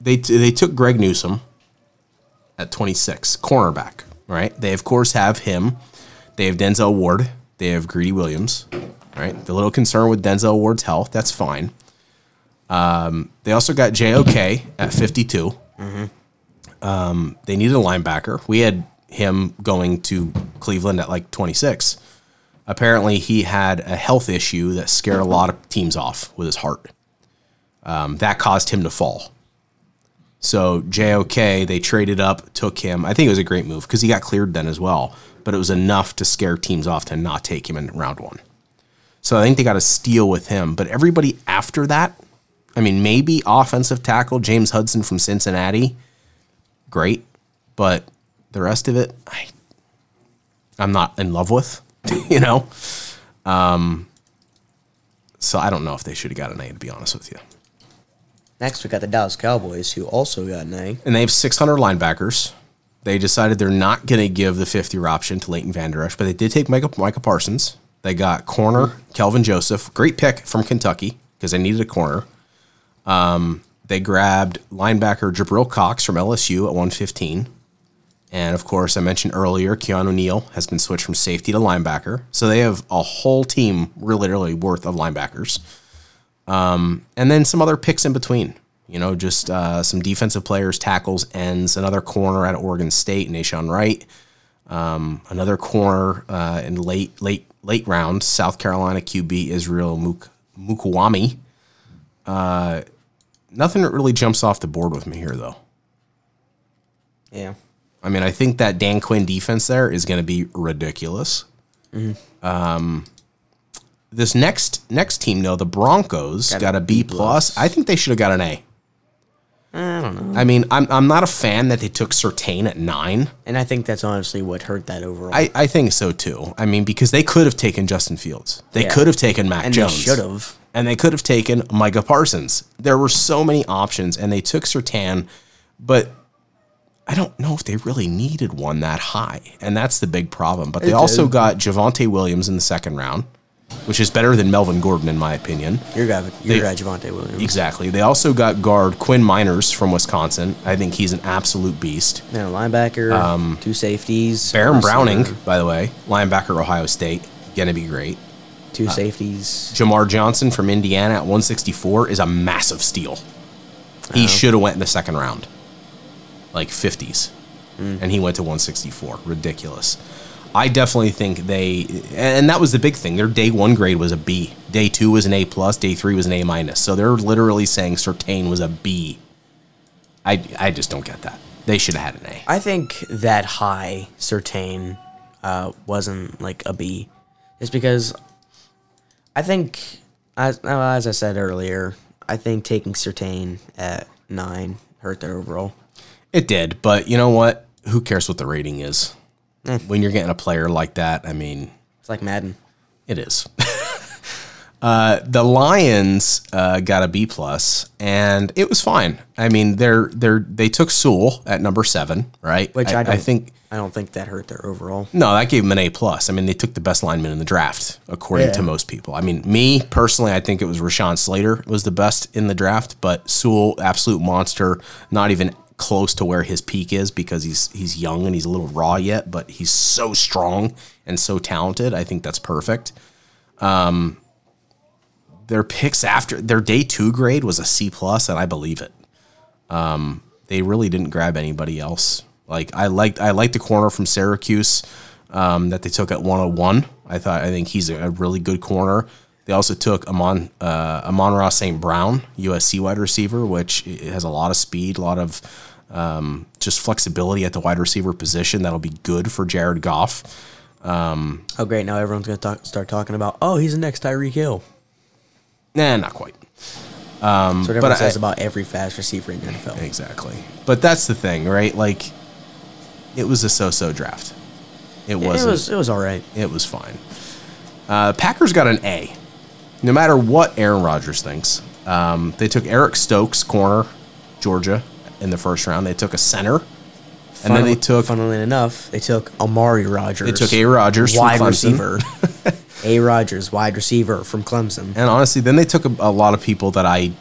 [SPEAKER 1] they t- they took Greg Newsom at 26, cornerback. Right? They of course have him. They have Denzel Ward. They have Greedy Williams. Right? The little concern with Denzel Ward's health. That's fine. Um, they also got JOK at 52. Um, they needed a linebacker. We had him going to Cleveland at like 26 apparently he had a health issue that scared a lot of teams off with his heart. Um, that caused him to fall. So JOK, they traded up, took him. I think it was a great move because he got cleared then as well, but it was enough to scare teams off to not take him in round one. So I think they got a steal with him. But everybody after that, I mean, maybe offensive tackle James Hudson from Cincinnati, great, but the rest of it, I, I'm not in love with, you know. Um, so I don't know if they should have got an A to be honest with you.
[SPEAKER 2] Next we got the Dallas Cowboys who also got an A.
[SPEAKER 1] And they have 600 linebackers. They decided they're not going to give the fifth year option to Leighton Van Der Esch, but they did take Micah, Micah Parsons. They got corner Kelvin Joseph, great pick from Kentucky because they needed a corner. Um, they grabbed linebacker Jabril Cox from LSU at 115. And of course, I mentioned earlier, Keanu Neal has been switched from safety to linebacker. So they have a whole team, really, really worth of linebackers. Um, and then some other picks in between. You know, just uh, some defensive players, tackles, ends, another corner at Oregon State, Nashawn Wright, um, another corner uh, in late, late, late round, South Carolina QB Israel Muk- Mukwami. Uh, nothing that really jumps off the board with me here, though.
[SPEAKER 2] Yeah.
[SPEAKER 1] I mean, I think that Dan Quinn defense there is going to be ridiculous. Um, this next next team, though, the Broncos got, a B plus. I think they should have got an A. I don't know. I mean, I'm I'm not a fan that they took Sertain at nine.
[SPEAKER 2] And I think that's honestly what hurt that overall.
[SPEAKER 1] I, I think so too. I mean, because they could have taken Justin Fields, they
[SPEAKER 2] Yeah.
[SPEAKER 1] could have taken Mac
[SPEAKER 2] and
[SPEAKER 1] Jones,
[SPEAKER 2] they should have.
[SPEAKER 1] and they could have taken Micah Parsons. There were so many options, and they took Sertan, but I don't know if they really needed one that high, and that's the big problem. But they also
[SPEAKER 2] did.
[SPEAKER 1] got Javante Williams in the second round, which is better than Melvin Gordon, in my opinion.
[SPEAKER 2] You're grabbing. You're grabbing Javante Williams.
[SPEAKER 1] Exactly. They also got guard Quinn Miners from Wisconsin. I think he's an absolute beast.
[SPEAKER 2] Then a linebacker, two safeties.
[SPEAKER 1] Baron
[SPEAKER 2] receiver,
[SPEAKER 1] Browning, by the way, linebacker Ohio State, gonna be great.
[SPEAKER 2] Two safeties.
[SPEAKER 1] Jamar Johnson from Indiana at 164 is a massive steal. He should have went in the second round, like 50s, and he went to 164. Ridiculous. I definitely think they, and that was the big thing. Their day one grade was a B. Day two was an A plus. Day three was an A minus. So they're literally saying Sertain was a B. I I just don't get that. They should have had an A.
[SPEAKER 2] I think that high Sertain uh, wasn't like a B, just because I think as well, as I said earlier, I think taking Sertain at nine hurt their overall.
[SPEAKER 1] It did, but you know what? Who cares what the rating is? When you're getting a player like that, I mean,
[SPEAKER 2] It's like Madden.
[SPEAKER 1] It is. uh, the Lions uh, got a B plus, and it was fine. I mean, they're they're they took Sewell at number seven, right?
[SPEAKER 2] Which I don't-
[SPEAKER 1] think
[SPEAKER 2] I don't think that hurt their overall.
[SPEAKER 1] no, that gave them an A plus. I mean, they took the best lineman in the draft, according to
[SPEAKER 2] Yeah.
[SPEAKER 1] most people. I mean, me personally, I think it was Rashawn Slater was the best in the draft, but Sewell, absolute monster, not even close to where his peak is because he's he's young and he's a little raw yet, but he's so strong and so talented. I think that's perfect. Um, their picks after their day two grade was a C plus, and I believe it they really didn't grab anybody else. Like I liked I liked the corner from Syracuse um, that they took at 101. I thought I think he's a, a really good corner. They also took Amon uh, Amon Ross St. Brown, USC wide receiver, which i- has a lot of speed, a lot of um, just flexibility at the wide receiver position. That'll be good for Jared Goff.
[SPEAKER 2] Oh great! Now everyone's gonna talk, start talking about. Oh, he's the next Tyreek Hill.
[SPEAKER 1] Nah, not quite.
[SPEAKER 2] That's what everyone
[SPEAKER 1] Mm. I-
[SPEAKER 2] says about every fast receiver in the NFL.
[SPEAKER 1] Exactly. But that's the thing, right? Like it was a so-so draft. It
[SPEAKER 2] It
[SPEAKER 1] wasn't
[SPEAKER 2] was it was all right.
[SPEAKER 1] It was fine. Uh, Packers got an A. No matter what Aaron Rodgers thinks, um, they took Eric Stokes, corner, Georgia, in the first round. They took a center, and then they took
[SPEAKER 2] funnily enough, they took Amari Rogers.
[SPEAKER 1] they took A. Rodgers, from
[SPEAKER 2] wide
[SPEAKER 1] Clemson.
[SPEAKER 2] receiver. a Rogers, wide receiver from Clemson.
[SPEAKER 1] And honestly, then they took a, a lot of people that I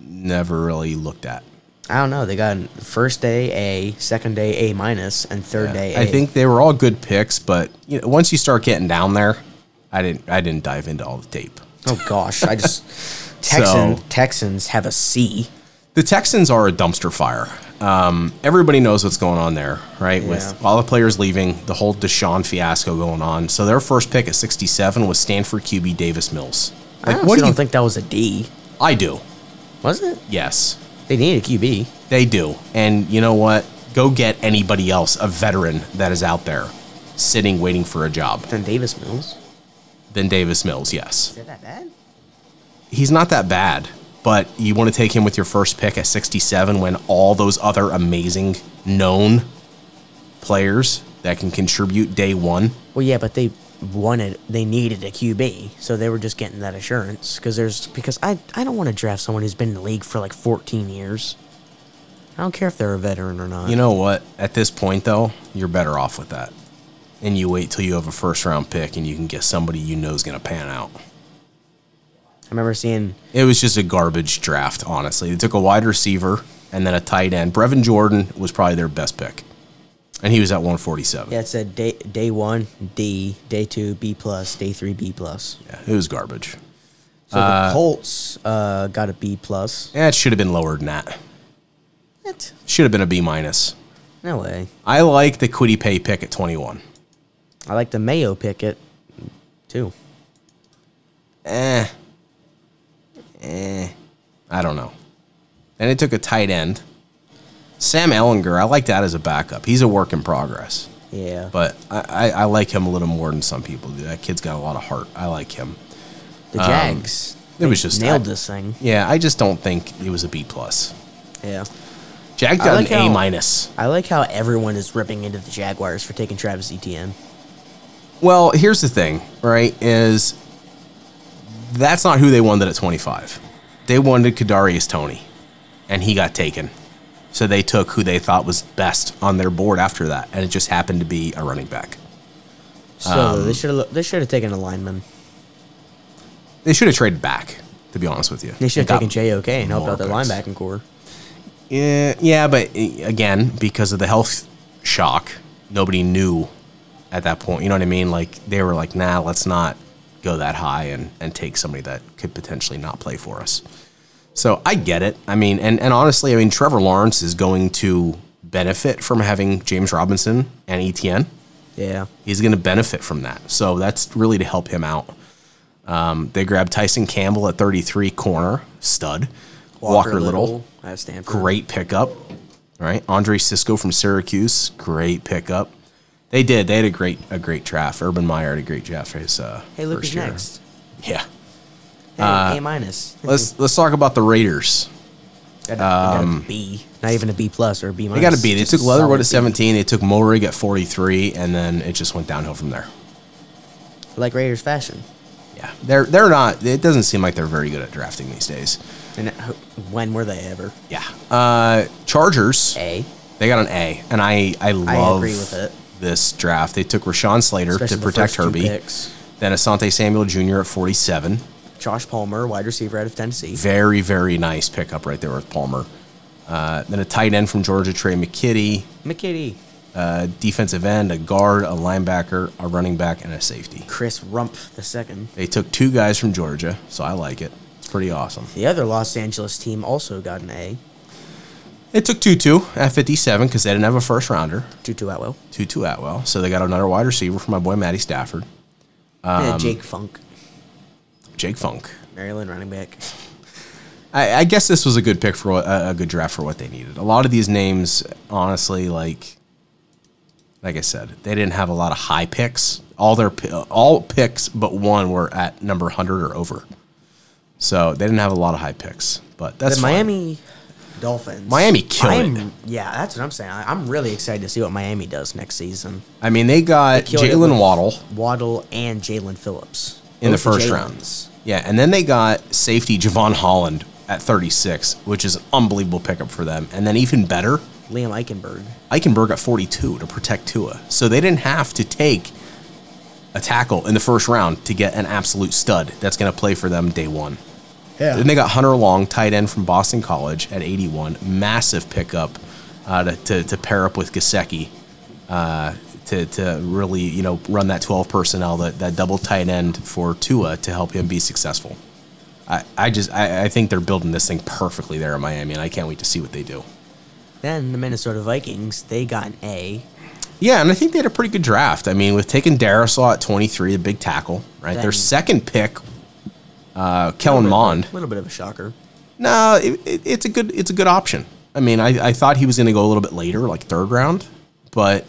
[SPEAKER 1] never really looked at.
[SPEAKER 2] I don't know. They got an- first day A, second day A minus, and third day A.
[SPEAKER 1] I think they were all good picks, but you know, once you start getting down there, I didn't I didn't dive into all the tape.
[SPEAKER 2] Oh gosh, I just Texan
[SPEAKER 1] So-
[SPEAKER 2] Texans have a C.
[SPEAKER 1] the Texans are a dumpster fire. Um, everybody knows what's going on there, right? With
[SPEAKER 2] Yeah.
[SPEAKER 1] all the players leaving, the whole Deshaun fiasco going on. So their first pick at 67 was Stanford QB Davis Mills.
[SPEAKER 2] I
[SPEAKER 1] Like,
[SPEAKER 2] honestly
[SPEAKER 1] what do
[SPEAKER 2] don't
[SPEAKER 1] you
[SPEAKER 2] think that was a D.
[SPEAKER 1] I do.
[SPEAKER 2] Was it?
[SPEAKER 1] Yes,
[SPEAKER 2] They needed a QB.
[SPEAKER 1] they do. And you know what? Go get anybody else, a veteran that is out there sitting waiting for a job
[SPEAKER 2] Then Davis Mills.
[SPEAKER 1] than Davis Mills. Yes.
[SPEAKER 2] Is that bad?
[SPEAKER 1] He's not that bad, but you want to take him with your first pick at 67 when all those other amazing known players that can contribute day one.
[SPEAKER 2] Well, yeah, but they wanted, they needed a QB, so they were just getting that assurance because there's because I I don't want to draft someone who's been in the league for like 14 years. I don't care if they're a veteran or not.
[SPEAKER 1] You know what? At this point, though, you're better off with that. And you wait till you have a first round pick and you can get somebody you know is going to pan out.
[SPEAKER 2] I remember seeing
[SPEAKER 1] It was just a garbage draft, honestly. They took a wide receiver and then a tight end. Brevin Jordan was probably their best pick. And he was at 147.
[SPEAKER 2] yeah, it said day day one D, day two B plus, day three B plus.
[SPEAKER 1] Yeah, it was garbage.
[SPEAKER 2] So the Colts uh, got a B plus.
[SPEAKER 1] Yeah, it should have been lower than that.
[SPEAKER 2] What?
[SPEAKER 1] Should have been a B minus.
[SPEAKER 2] No way.
[SPEAKER 1] I like the Quiddy Pay pick at 21.
[SPEAKER 2] I like the Mayo picket too.
[SPEAKER 1] Eh. Eh. I don't know. Then it took a tight end. Sam Ellinger, I like that as a backup. He's a work in progress.
[SPEAKER 2] Yeah, but
[SPEAKER 1] But I, I, I like him a little more than some people do. That kid's got a lot of heart. I like him.
[SPEAKER 2] the Jags
[SPEAKER 1] It was just
[SPEAKER 2] nailed
[SPEAKER 1] um, I-
[SPEAKER 2] this thing.
[SPEAKER 1] Yeah, I just don't think it was a B plus.
[SPEAKER 2] Yeah.
[SPEAKER 1] Jack
[SPEAKER 2] I
[SPEAKER 1] got
[SPEAKER 2] like
[SPEAKER 1] an A
[SPEAKER 2] how-
[SPEAKER 1] minus.
[SPEAKER 2] I like how everyone is ripping into the Jaguars for taking Travis Etienne.
[SPEAKER 1] Well, here's the thing, right? Is That's not who they wanted at 25. They wanted Kadarius Tony, and he got taken. So they took who they thought was best on their board after that, and it just happened to be a running back.
[SPEAKER 2] So
[SPEAKER 1] Um,
[SPEAKER 2] they should have they should have taken a lineman.
[SPEAKER 1] They should have traded back, to be honest with you.
[SPEAKER 2] They should
[SPEAKER 1] They
[SPEAKER 2] have
[SPEAKER 1] got
[SPEAKER 2] taken JOK and helped
[SPEAKER 1] more
[SPEAKER 2] out their
[SPEAKER 1] picks.
[SPEAKER 2] linebacking core.
[SPEAKER 1] Yeah, yeah, but eh, again, because of the health shock, nobody knew at that point. You know what I mean? Like they were like, "Nah, let's not go that high and and take somebody that could potentially not play for us." So I get it. I mean, and and honestly, I mean, Trevor Lawrence is going to benefit from having James Robinson and ETN.
[SPEAKER 2] Yeah.
[SPEAKER 1] He's going to benefit from that. So that's really to help him out. Um, they grabbed Tyson Campbell at 33 corner stud. Walker, Little
[SPEAKER 2] I Stanford.
[SPEAKER 1] great pickup. Right, Andre Cisco from Syracuse, great pickup. They did. They had a great a great draft. Urban Meyer had a great draft for Uh, his uh,
[SPEAKER 2] Hey, look
[SPEAKER 1] first
[SPEAKER 2] who's
[SPEAKER 1] year.
[SPEAKER 2] next.
[SPEAKER 1] Yeah,
[SPEAKER 2] Hey, a minus.
[SPEAKER 1] let's let's talk about the Raiders.
[SPEAKER 2] Got a- got a B. Not even a B plus or a B minus.
[SPEAKER 1] um, They got to be. They
[SPEAKER 2] Just
[SPEAKER 1] took
[SPEAKER 2] a
[SPEAKER 1] Leatherwood
[SPEAKER 2] solid
[SPEAKER 1] at
[SPEAKER 2] B.
[SPEAKER 1] 17. They took Mulrig at 43, and then it just went downhill from there.
[SPEAKER 2] Like Raiders fashion.
[SPEAKER 1] Yeah, they're they're not. It doesn't seem like they're very good at drafting these days.
[SPEAKER 2] And h- when were they ever?
[SPEAKER 1] Yeah, uh, Chargers.
[SPEAKER 2] A.
[SPEAKER 1] They got an A, and I I love
[SPEAKER 2] agree with it.
[SPEAKER 1] this draft. They took Rashawn Slater to
[SPEAKER 2] Especially the
[SPEAKER 1] protect
[SPEAKER 2] first two
[SPEAKER 1] Herbie.
[SPEAKER 2] picks.
[SPEAKER 1] Then Asante Samuel Jr. at 47.
[SPEAKER 2] Josh Palmer, wide receiver out of Tennessee.
[SPEAKER 1] Very, very nice pickup right there with Palmer. Uh, then a tight end from Georgia, Trey McKitty.
[SPEAKER 2] McKitty.
[SPEAKER 1] A defensive end, a guard, a linebacker, a running back, and a safety.
[SPEAKER 2] Chris Rump the second.
[SPEAKER 1] They took two guys from Georgia, so I like it. It's pretty awesome.
[SPEAKER 2] The other Los Angeles team also got an A.
[SPEAKER 1] It took 2 2 at 57 because they didn't have a first rounder,
[SPEAKER 2] Tutu Atwell.
[SPEAKER 1] 2 2 Atwell. So they got another wide receiver from my boy, Matty Stafford, Um,
[SPEAKER 2] and Jake Funk.
[SPEAKER 1] Jake Funk.
[SPEAKER 2] Maryland running back.
[SPEAKER 1] I, I guess this was a good pick for what, a, a good draft for what they needed. A lot of these names, honestly, like like I said, they didn't have a lot of high picks. All their pi- all picks but one were at number hundred or over, so they didn't have a lot of high picks. But that's
[SPEAKER 2] the
[SPEAKER 1] fine.
[SPEAKER 2] Miami Dolphins.
[SPEAKER 1] Miami killed
[SPEAKER 2] I'm-
[SPEAKER 1] it.
[SPEAKER 2] Yeah, that's what I'm saying. I, I'm really excited to see what Miami does next season.
[SPEAKER 1] I mean, they got
[SPEAKER 2] killed it
[SPEAKER 1] Jalen
[SPEAKER 2] with-
[SPEAKER 1] Waddle
[SPEAKER 2] Waddle and Jalen Phillips
[SPEAKER 1] in the
[SPEAKER 2] Both
[SPEAKER 1] first round.
[SPEAKER 2] Jalens.
[SPEAKER 1] Yeah, and then they got safety Javon Holland at thirty six, which is an unbelievable pickup for them. And then even better,
[SPEAKER 2] Liam Eichenberg.
[SPEAKER 1] Eichenberg at 42 to protect Tua. So they didn't have to take a tackle in the first round to get an absolute stud that's going to play for them day one.
[SPEAKER 2] Yeah.
[SPEAKER 1] Then they got Hunter Long, tight end from Boston College at 81. Massive pickup uh, to, to, to pair up with Gasecki uh, to, to really, you know, run that 12 personnel, that, that double tight end for Tua to help him be successful. I, I just I, I think they're building this thing perfectly there in Miami, and I can't wait to see what they do.
[SPEAKER 2] Then the Minnesota Vikings, they got an A.
[SPEAKER 1] Yeah, and I think they had a pretty good draft. I mean, with taking Darisaw at 23, the big tackle, right? Their
[SPEAKER 2] Dang.
[SPEAKER 1] second pick, uh, Kellen Mond.
[SPEAKER 2] A little bit of a shocker.
[SPEAKER 1] No, it, it, it's a good it's a good option. I mean, I, I thought he was going to go a little bit later, like third round, but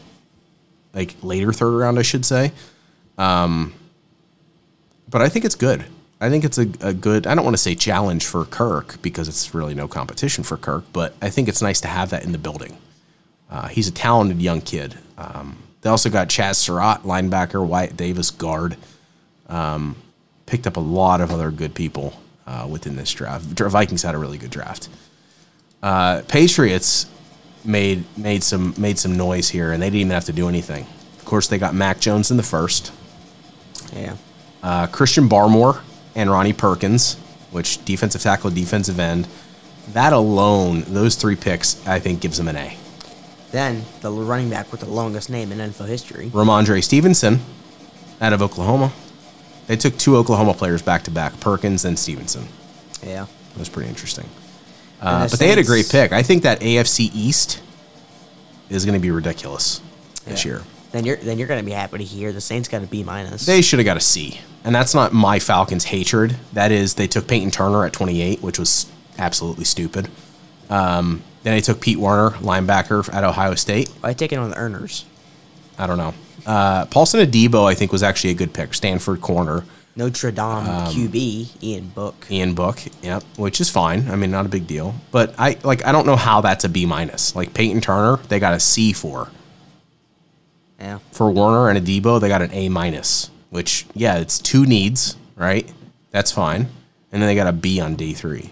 [SPEAKER 1] like later third round, I should say. Um, but I think it's good. I think it's a, a good. I don't want to say challenge for Kirk because it's really no competition for Kirk, but I think it's nice to have that in the building. Uh, he's a talented young kid. Um, they also got Chaz Surratt, linebacker, Wyatt Davis, guard picked up a lot of other good people uh, within this draft. Dra- Vikings had a really good draft. Uh, Patriots made made some made some noise here, and they didn't even have to do anything. Of course, they got Mac Jones in the first,
[SPEAKER 2] Yeah.
[SPEAKER 1] uh, Christian Barmore, and Ronnie Perkins, which defensive tackle, defensive end. That alone, those three picks, I think, gives them an A.
[SPEAKER 2] Then the running back with the longest name in NFL history.
[SPEAKER 1] Ramondre Stevenson, out of Oklahoma. They took two Oklahoma players back to back, Perkins and Stevenson.
[SPEAKER 2] Yeah.
[SPEAKER 1] That was pretty interesting.
[SPEAKER 2] And
[SPEAKER 1] Uh,
[SPEAKER 2] the
[SPEAKER 1] but they had a great
[SPEAKER 2] Saints-
[SPEAKER 1] pick. I think that AFC East is going to be ridiculous this
[SPEAKER 2] Yeah.
[SPEAKER 1] year.
[SPEAKER 2] Then you're then you're gonna be happy to hear the Saints got a B minus.
[SPEAKER 1] They should have got a C. And that's not my Falcons hatred. That is, they took Peyton Turner at 28, which was absolutely stupid. Um, then they took Pete Warner, linebacker at Ohio State.
[SPEAKER 2] I taken on the earners.
[SPEAKER 1] I don't know. Uh, Paulson Adebo, I think, was actually a good pick. Stanford corner,
[SPEAKER 2] Notre Dame QB Ian Book.
[SPEAKER 1] Um, Ian Book, yep, which is fine. I mean, not a big deal. But I like, I don't know how that's a B minus. Like Peyton Turner, they got a C for.
[SPEAKER 2] Yeah.
[SPEAKER 1] for Warner and Adebo, they got an A minus, which yeah, it's two needs, right? That's fine. And then they got a B on day three.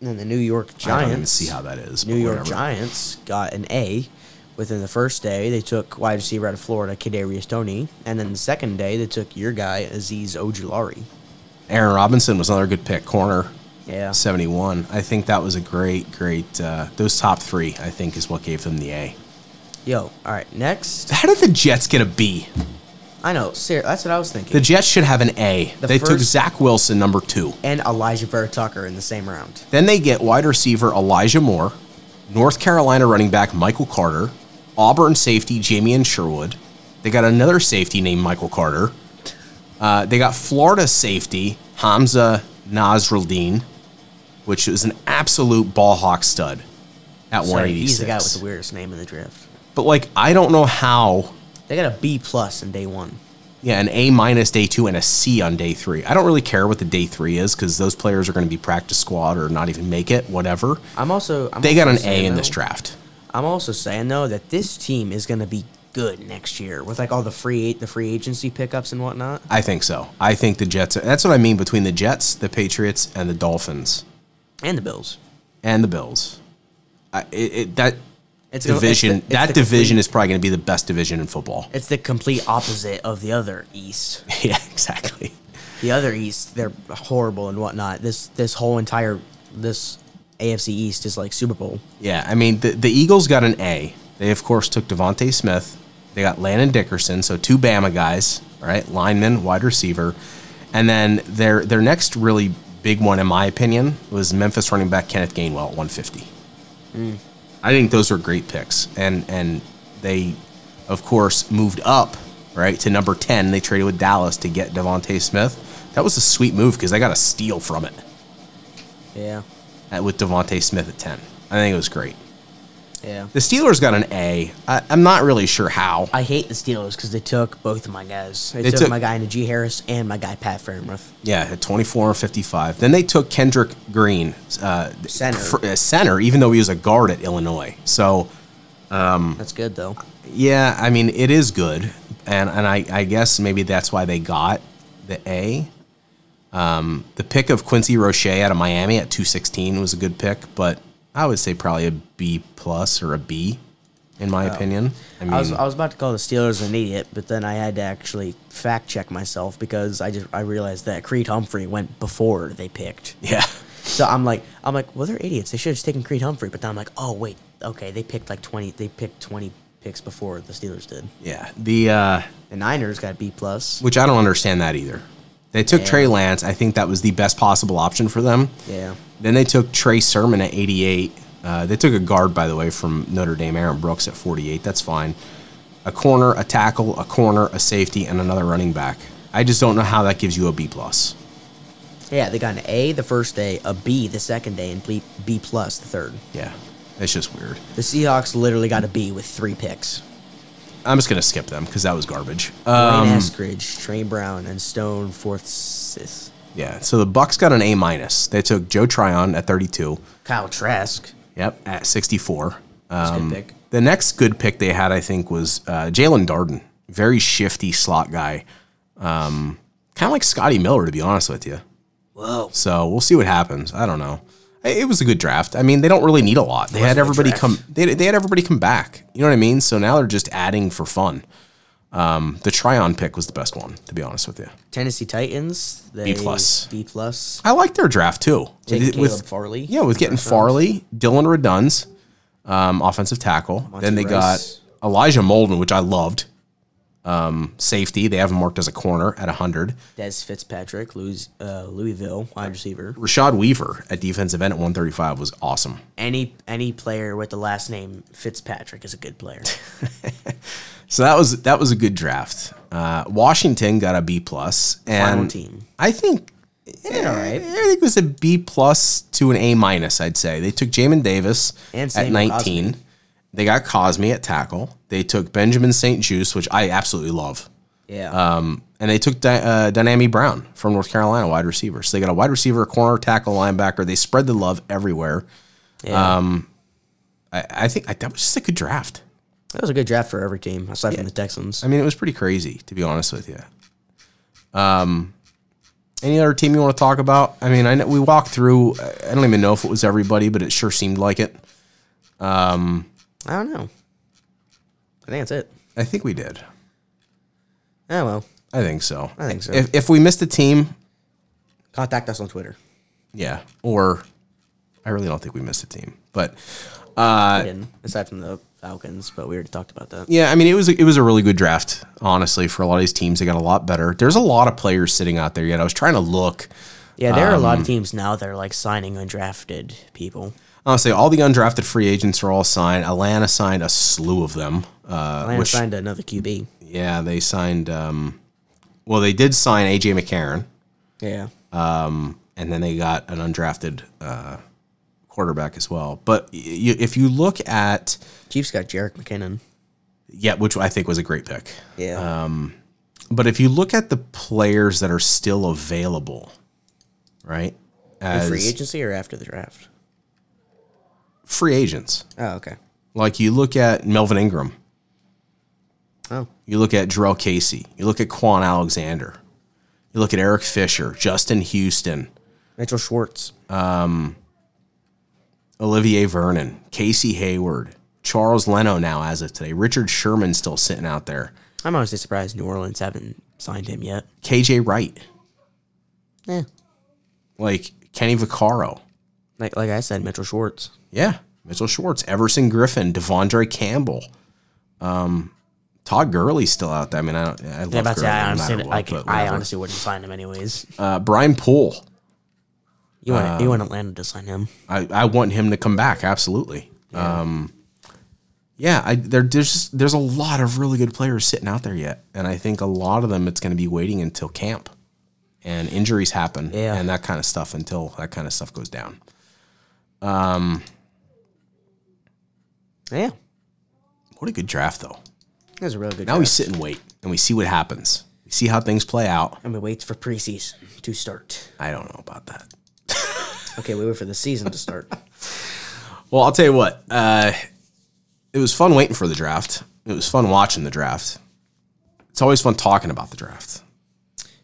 [SPEAKER 2] And the New York
[SPEAKER 1] I
[SPEAKER 2] Giants.
[SPEAKER 1] don't even see how that is.
[SPEAKER 2] New
[SPEAKER 1] but
[SPEAKER 2] York
[SPEAKER 1] whatever.
[SPEAKER 2] Giants got an A within the first day. They took wide receiver out of Florida, Kadarius Tony, and then the second day they took your guy Aziz Ojulari.
[SPEAKER 1] Aaron Robinson was another good pick. Corner.
[SPEAKER 2] Yeah.
[SPEAKER 1] 71. I think that was a great, great. Uh, those top three, I think, is what gave them the A.
[SPEAKER 2] Yo, all right, next.
[SPEAKER 1] How did the Jets get a B?
[SPEAKER 2] I know, ser- that's what I was
[SPEAKER 1] The
[SPEAKER 2] thinking.
[SPEAKER 1] Jets should have an A.
[SPEAKER 2] The
[SPEAKER 1] they took
[SPEAKER 2] first-
[SPEAKER 1] Zach Wilson, number two.
[SPEAKER 2] and Elijah Vera Tucker in the same round.
[SPEAKER 1] Then they get wide receiver Elijah Moore, North Carolina running back Michael Carter, Auburn safety Jamie Sherwood. They got another safety named Michael Carter. Uh, they got Florida safety Hamza Nasruldeen, which is an absolute ball hawk stud at
[SPEAKER 2] Sorry,
[SPEAKER 1] 186.
[SPEAKER 2] he's the guy with the weirdest name in the draft.
[SPEAKER 1] But like, I don't know how.
[SPEAKER 2] They got a B plus in day one.
[SPEAKER 1] Yeah, an A minus day two and a C on day three. I don't really care what the day three is because those players are going to be practice squad or not even make it, whatever.
[SPEAKER 2] I'm also I'm
[SPEAKER 1] They got
[SPEAKER 2] also
[SPEAKER 1] an A
[SPEAKER 2] saying,
[SPEAKER 1] in
[SPEAKER 2] though-
[SPEAKER 1] this draft.
[SPEAKER 2] I'm also saying though that this team is gonna be good next year with like all the free the free agency pickups and whatnot.
[SPEAKER 1] I think so. I think the Jets. That's what I mean between the Jets, the Patriots, and the Dolphins
[SPEAKER 2] And the Bills.
[SPEAKER 1] and the Bills. I, it, it, that
[SPEAKER 2] It's gonna- it's
[SPEAKER 1] division,
[SPEAKER 2] the- it's
[SPEAKER 1] that
[SPEAKER 2] the
[SPEAKER 1] division
[SPEAKER 2] complete-
[SPEAKER 1] is probably going to be the best division in football.
[SPEAKER 2] It's the complete opposite of the other East.
[SPEAKER 1] yeah, exactly.
[SPEAKER 2] The other East, they're horrible and whatnot. This this whole entire this AFC East is like Super Bowl.
[SPEAKER 1] Yeah, I mean the, the Eagles got an A. They of course took Devonte Smith. They got Landon Dickerson, so two Bama guys, all right, lineman, wide receiver, and then their their next really big one, in my opinion, was Memphis running back Kenneth Gainwell at 150. I think those were great picks, and and they, of course, moved up right to number 10. They traded with Dallas to get Devonte Smith. That was a sweet move because they got a steal from it
[SPEAKER 2] Yeah.
[SPEAKER 1] uh, with Devonte Smith at 10. I think it was great.
[SPEAKER 2] Yeah.
[SPEAKER 1] The Steelers got an A. I, I'm not really sure how.
[SPEAKER 2] I hate the Steelers because they took both of my guys. They,
[SPEAKER 1] They
[SPEAKER 2] took,
[SPEAKER 1] took-
[SPEAKER 2] my guy Najee Harris and my guy Pat Fairmouth.
[SPEAKER 1] yeah, at 24 and 55. Then they took Kendrick Green, uh,
[SPEAKER 2] Center.
[SPEAKER 1] fr- uh, center, even though he was a guard at Illinois. So
[SPEAKER 2] That's good though.
[SPEAKER 1] yeah, I mean it is good, and and I, I guess maybe that's why they got the A. Um, the pick of Quincy Roche out of Miami at 216 was a good pick, but I would say probably a B plus or a B, in my opinion. I mean,
[SPEAKER 2] I was I was about to call the Steelers an idiot, but then I had to actually fact check myself because I just I realized that Creed Humphrey went before they picked.
[SPEAKER 1] yeah,
[SPEAKER 2] So I'm like, I'm like, well, they're idiots. They should have just taken Creed Humphrey. But then I'm like, oh wait, okay, they picked like 20. They picked 20 picks before the Steelers did.
[SPEAKER 1] yeah. The uh,
[SPEAKER 2] The Niners got B plus.
[SPEAKER 1] which I don't understand that either. They took Trey Lance. I think that was the best possible option for them.
[SPEAKER 2] Yeah.
[SPEAKER 1] Then they took Trey Sermon at 88. Uh, they took a guard, by the way, from Notre Dame, Aaron Brooks at 48. That's fine. A corner, a tackle, a corner, a safety, and another running back. I just don't know how that gives you a B plus.
[SPEAKER 2] Yeah, they got an A the first day, a B the second day, and B B plus the third.
[SPEAKER 1] Yeah, it's just weird.
[SPEAKER 2] The Seahawks literally got a B with three picks.
[SPEAKER 1] I'm just gonna skip them because that was garbage.
[SPEAKER 2] Wayne
[SPEAKER 1] Um,
[SPEAKER 2] Eskridge, Trey Brown, and Stone fourth, sixth.
[SPEAKER 1] yeah. So the Bucks got an A minus. They took Joe Tryon at 32.
[SPEAKER 2] Kyle Trask.
[SPEAKER 1] Yep, at 64.
[SPEAKER 2] That's a
[SPEAKER 1] Um,
[SPEAKER 2] good pick.
[SPEAKER 1] The next good pick they had, I think, was uh, Jalen Darden. Very shifty slot guy. Um, kind of like Scotty Miller, to be honest with you.
[SPEAKER 2] Whoa.
[SPEAKER 1] So we'll see what happens. I don't know. I- It was a good draft. I mean, they don't really need a lot. They had
[SPEAKER 2] a good
[SPEAKER 1] everybody
[SPEAKER 2] draft.
[SPEAKER 1] come. They, they had everybody come back. You know what I mean? So now they're just adding for fun. Um, the Tryon pick was the best one, to be honest with you.
[SPEAKER 2] Tennessee Titans. They,
[SPEAKER 1] plus.
[SPEAKER 2] B plus.
[SPEAKER 1] I like their draft too.
[SPEAKER 2] Taking
[SPEAKER 1] With-
[SPEAKER 2] Caleb
[SPEAKER 1] with-
[SPEAKER 2] Farley.
[SPEAKER 1] Yeah, with getting Farley, Dylan Reduns, um, offensive tackle. then they
[SPEAKER 2] Rice.
[SPEAKER 1] got Elijah Molden, which I loved. Um, safety, they have him marked as a corner at 100.
[SPEAKER 2] Des Fitzpatrick, Louis, uh, Louisville wide receiver.
[SPEAKER 1] Rashad Weaver at defensive end at 135 was awesome.
[SPEAKER 2] any any player with the last name Fitzpatrick is a good player.
[SPEAKER 1] So that was that was a good draft. Uh, Washington got a B plus, and
[SPEAKER 2] Final team.
[SPEAKER 1] I think
[SPEAKER 2] all right.
[SPEAKER 1] I think it was a B plus to an A minus. I'd say they took Jamin Davis
[SPEAKER 2] And
[SPEAKER 1] at
[SPEAKER 2] Samuel
[SPEAKER 1] 19. They got Cosme at tackle. They took Benjamin St. Juice, which I absolutely love,
[SPEAKER 2] Yeah.
[SPEAKER 1] um, and they took Di- uh, Dynami Brown from North Carolina, wide receiver. So they got a wide receiver, a corner, tackle, linebacker. They spread the love everywhere. Um,
[SPEAKER 2] yeah.
[SPEAKER 1] I, I think I, that was just a good draft.
[SPEAKER 2] that was a good draft for every team aside from the Texans.
[SPEAKER 1] I mean, it was pretty crazy to be honest with you. Um, Any other team you want to talk about? I mean, I know we walked through. I don't even know if it was everybody, but it sure seemed like it.
[SPEAKER 2] I don't know. I think that's it.
[SPEAKER 1] I think we did.
[SPEAKER 2] Oh well.
[SPEAKER 1] I think so.
[SPEAKER 2] I think so.
[SPEAKER 1] If, if we missed a team,
[SPEAKER 2] Contact us on Twitter.
[SPEAKER 1] yeah, or I really don't think we missed a team, but Uh,
[SPEAKER 2] I didn't, aside from the Falcons, but we already talked about that.
[SPEAKER 1] Yeah, I mean it was it was a really good draft, honestly. For a lot of these teams, they got a lot better. There's a lot of players sitting out there yet. I was trying to look.
[SPEAKER 2] Yeah, there are a lot
[SPEAKER 1] um,
[SPEAKER 2] of teams now that are like signing undrafted people.
[SPEAKER 1] Honestly, all the undrafted free agents are all signed. Atlanta signed a slew of them. Uh,
[SPEAKER 2] Atlanta
[SPEAKER 1] which
[SPEAKER 2] signed another QB.
[SPEAKER 1] yeah, they signed. Um, well, they did sign AJ McCarron,
[SPEAKER 2] Yeah.
[SPEAKER 1] and then they got an undrafted uh, quarterback as well. But y- y- if you look at
[SPEAKER 2] Chiefs got Jarek McKinnon.
[SPEAKER 1] yeah, which I think was a great pick. Uh,
[SPEAKER 2] Yeah.
[SPEAKER 1] But if you look at the players that are still available, right? As
[SPEAKER 2] free agency or after the draft?
[SPEAKER 1] free agents.
[SPEAKER 2] Oh, okay.
[SPEAKER 1] Like you look at Melvin Ingram,
[SPEAKER 2] Oh,
[SPEAKER 1] you look at Jarrell Casey, you look at Quan Alexander, you look at Eric Fisher, Justin Houston,
[SPEAKER 2] Mitchell Schwartz.
[SPEAKER 1] Olivier Vernon, Casey Hayward, Charles Leno now as of today, Richard Sherman still sitting out there,
[SPEAKER 2] I'm honestly surprised New Orleans haven't signed him yet.
[SPEAKER 1] KJ Wright,
[SPEAKER 2] Yeah.
[SPEAKER 1] like Kenny Vaccaro,
[SPEAKER 2] Like like I said, Mitchell Schwartz.
[SPEAKER 1] yeah, Mitchell Schwartz, Everson Griffin, Devondre Campbell, um, Todd Gurley's still out there. I mean, I don't, I love
[SPEAKER 2] Yeah, about to
[SPEAKER 1] Gurley,
[SPEAKER 2] say,
[SPEAKER 1] no
[SPEAKER 2] I
[SPEAKER 1] matter
[SPEAKER 2] honestly,
[SPEAKER 1] what,
[SPEAKER 2] like,
[SPEAKER 1] but
[SPEAKER 2] I
[SPEAKER 1] whatever.
[SPEAKER 2] honestly wouldn't sign him anyways.
[SPEAKER 1] uh, Brian Poole, Uh,
[SPEAKER 2] You want you want Atlanta to sign him?
[SPEAKER 1] I, I want him to come back. Absolutely. Um, yeah, I, there, there's just, there's a lot of really good players sitting out there yet, and I think a lot of them it's going to be waiting until camp, and injuries happen,
[SPEAKER 2] Yeah.
[SPEAKER 1] and that kind of stuff until that kind of stuff goes down.
[SPEAKER 2] Yeah,
[SPEAKER 1] What a good draft though.
[SPEAKER 2] that was a really good.
[SPEAKER 1] Now
[SPEAKER 2] Now
[SPEAKER 1] we sit and wait, and we see what happens. We see how things play out.
[SPEAKER 2] and we wait for preseason to start.
[SPEAKER 1] I don't know about that.
[SPEAKER 2] Okay, we wait for the season to start.
[SPEAKER 1] Well, I'll tell you what. Uh, it was fun waiting for the draft. It was fun watching the draft. It's always fun talking about the draft.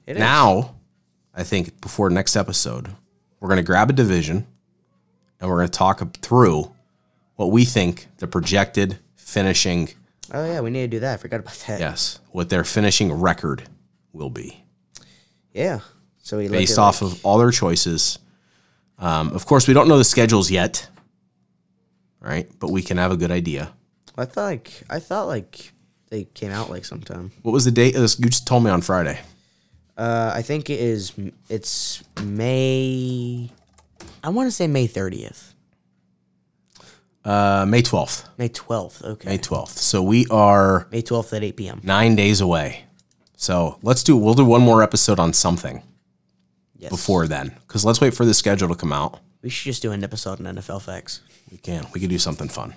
[SPEAKER 2] It is.
[SPEAKER 1] Now, I think before next episode, we're going to grab a division and we're going to talk through what we think the projected finishing,
[SPEAKER 2] Oh yeah, we need to do that. I forgot about that.
[SPEAKER 1] yes, what their finishing record will be
[SPEAKER 2] Yeah. So we
[SPEAKER 1] based off of all their choices. Um, of course, we don't know the schedules yet, right? But we can have a good idea.
[SPEAKER 2] I thought like I thought like they came out like sometime.
[SPEAKER 1] What was the date? of This you just told me on Friday.
[SPEAKER 2] Uh, I think it is. It's May. I want to say May thirtieth,
[SPEAKER 1] Uh, May 12th.
[SPEAKER 2] May twelfth. Okay,
[SPEAKER 1] May 12th. So we are
[SPEAKER 2] May twelfth at eight p.m.
[SPEAKER 1] nine days away. So let's do, we'll do one more episode on something
[SPEAKER 2] Yes.
[SPEAKER 1] before then. Because let's wait for the schedule to come out.
[SPEAKER 2] we should just do an episode on NFL facts.
[SPEAKER 1] We can, we can do something fun.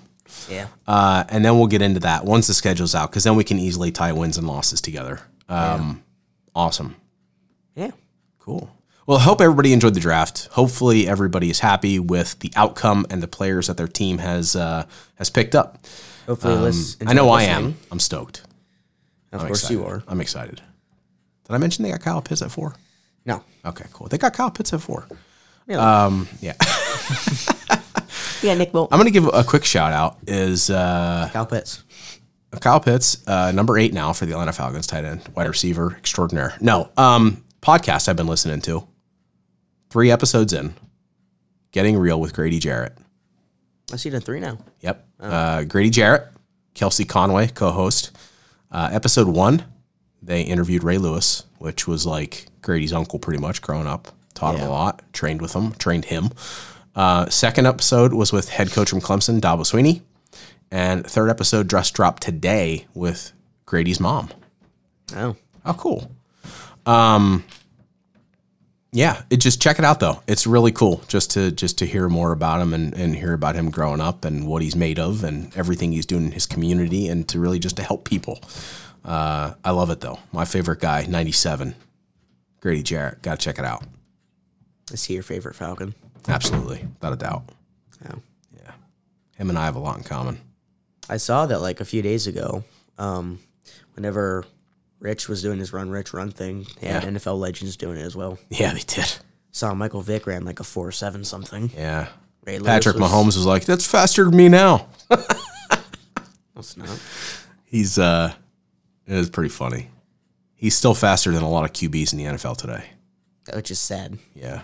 [SPEAKER 2] Yeah.
[SPEAKER 1] Uh, and then we'll get into that once the schedule's out, because then we can easily tie wins and losses together. Um, Awesome.
[SPEAKER 2] Yeah.
[SPEAKER 1] Cool. Well, I hope everybody enjoyed the draft. Hopefully, everybody is happy with the outcome and the players that their team has uh, has picked up.
[SPEAKER 2] Hopefully, let's.
[SPEAKER 1] Um, I know I am. I'm stoked.
[SPEAKER 2] Of course, you are.
[SPEAKER 1] I'm excited. Did I mention they got Kyle Pitts at four?
[SPEAKER 2] No.
[SPEAKER 1] Okay, cool. They got Kyle Pitts at four.
[SPEAKER 2] Really?
[SPEAKER 1] Um, yeah.
[SPEAKER 2] Yeah, Nick Bolt.
[SPEAKER 1] I'm gonna give a quick shout out is uh,
[SPEAKER 2] Kyle Pitts.
[SPEAKER 1] Kyle Pitts, uh, number eight now for the Atlanta Falcons tight end, wide receiver extraordinaire. No, um, podcast I've been listening to. Three episodes in, getting real with Grady Jarrett.
[SPEAKER 2] I see the three now.
[SPEAKER 1] Yep. Uh, Grady Jarrett, Kelsey Conway, co-host. Uh, episode one, they interviewed Ray Lewis, which was like Grady's uncle, pretty much growing up. Taught him a lot, trained with him, trained him. Uh, second episode was with head coach from Clemson, Dabo Sweeney, and third episode dress drop today with Grady's mom.
[SPEAKER 2] Oh,
[SPEAKER 1] How cool. Um, yeah, it just check it out though. It's really cool just to just to hear more about him and, and hear about him growing up and what he's made of and everything he's doing in his community and to really just to help people. Uh, I love it though. My favorite guy, ninety seven, Grady Jarrett. Gotta check it out.
[SPEAKER 2] is he your favorite Falcon?
[SPEAKER 1] Absolutely, without a doubt.
[SPEAKER 2] Oh.
[SPEAKER 1] Yeah, him and I have a lot in common.
[SPEAKER 2] I saw that like a few days ago. Um, whenever Rich was doing his run, Rich run thing. They had
[SPEAKER 1] Yeah.
[SPEAKER 2] NFL legends doing it as well.
[SPEAKER 1] Yeah, they did.
[SPEAKER 2] Saw Michael Vick ran like a four seven something.
[SPEAKER 1] Yeah.
[SPEAKER 2] Ray Lewis
[SPEAKER 1] Patrick
[SPEAKER 2] was-
[SPEAKER 1] Mahomes was like, that's faster than me now.
[SPEAKER 2] That's not.
[SPEAKER 1] He's, uh, it was pretty funny. He's still faster than a lot of QBs in the NFL today.
[SPEAKER 2] Which is sad.
[SPEAKER 1] Yeah.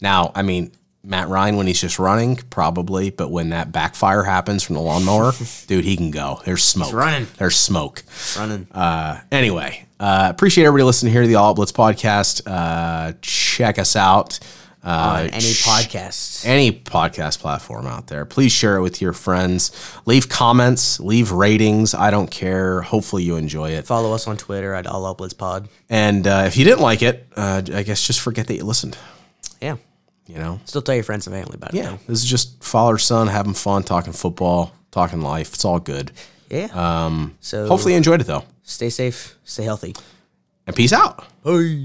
[SPEAKER 1] Now, I mean, Matt Ryan, when he's just running, probably, but when that backfire happens from the lawnmower, dude, he can go. There's smoke.
[SPEAKER 2] running.
[SPEAKER 1] There's smoke.
[SPEAKER 2] Running.
[SPEAKER 1] Uh, anyway, uh, appreciate everybody listening here to the All Out Blitz podcast. Uh, check us out. Uh,
[SPEAKER 2] on any podcast.
[SPEAKER 1] any podcast platform out there. Please share it with your friends. Leave comments, leave ratings. I don't care. Hopefully, you enjoy it.
[SPEAKER 2] Follow us on Twitter at All Out Blitz Pod.
[SPEAKER 1] And uh, if you didn't like it, uh, I guess just forget that you listened.
[SPEAKER 2] Yeah.
[SPEAKER 1] You know,
[SPEAKER 2] Still tell your friends and family about it.
[SPEAKER 1] yeah,
[SPEAKER 2] though.
[SPEAKER 1] this is just father son having fun, talking football, talking life. It's all good.
[SPEAKER 2] Yeah. Um, so
[SPEAKER 1] Hopefully, you enjoyed it though.
[SPEAKER 2] stay safe, stay healthy.
[SPEAKER 1] And peace out.
[SPEAKER 2] Hey.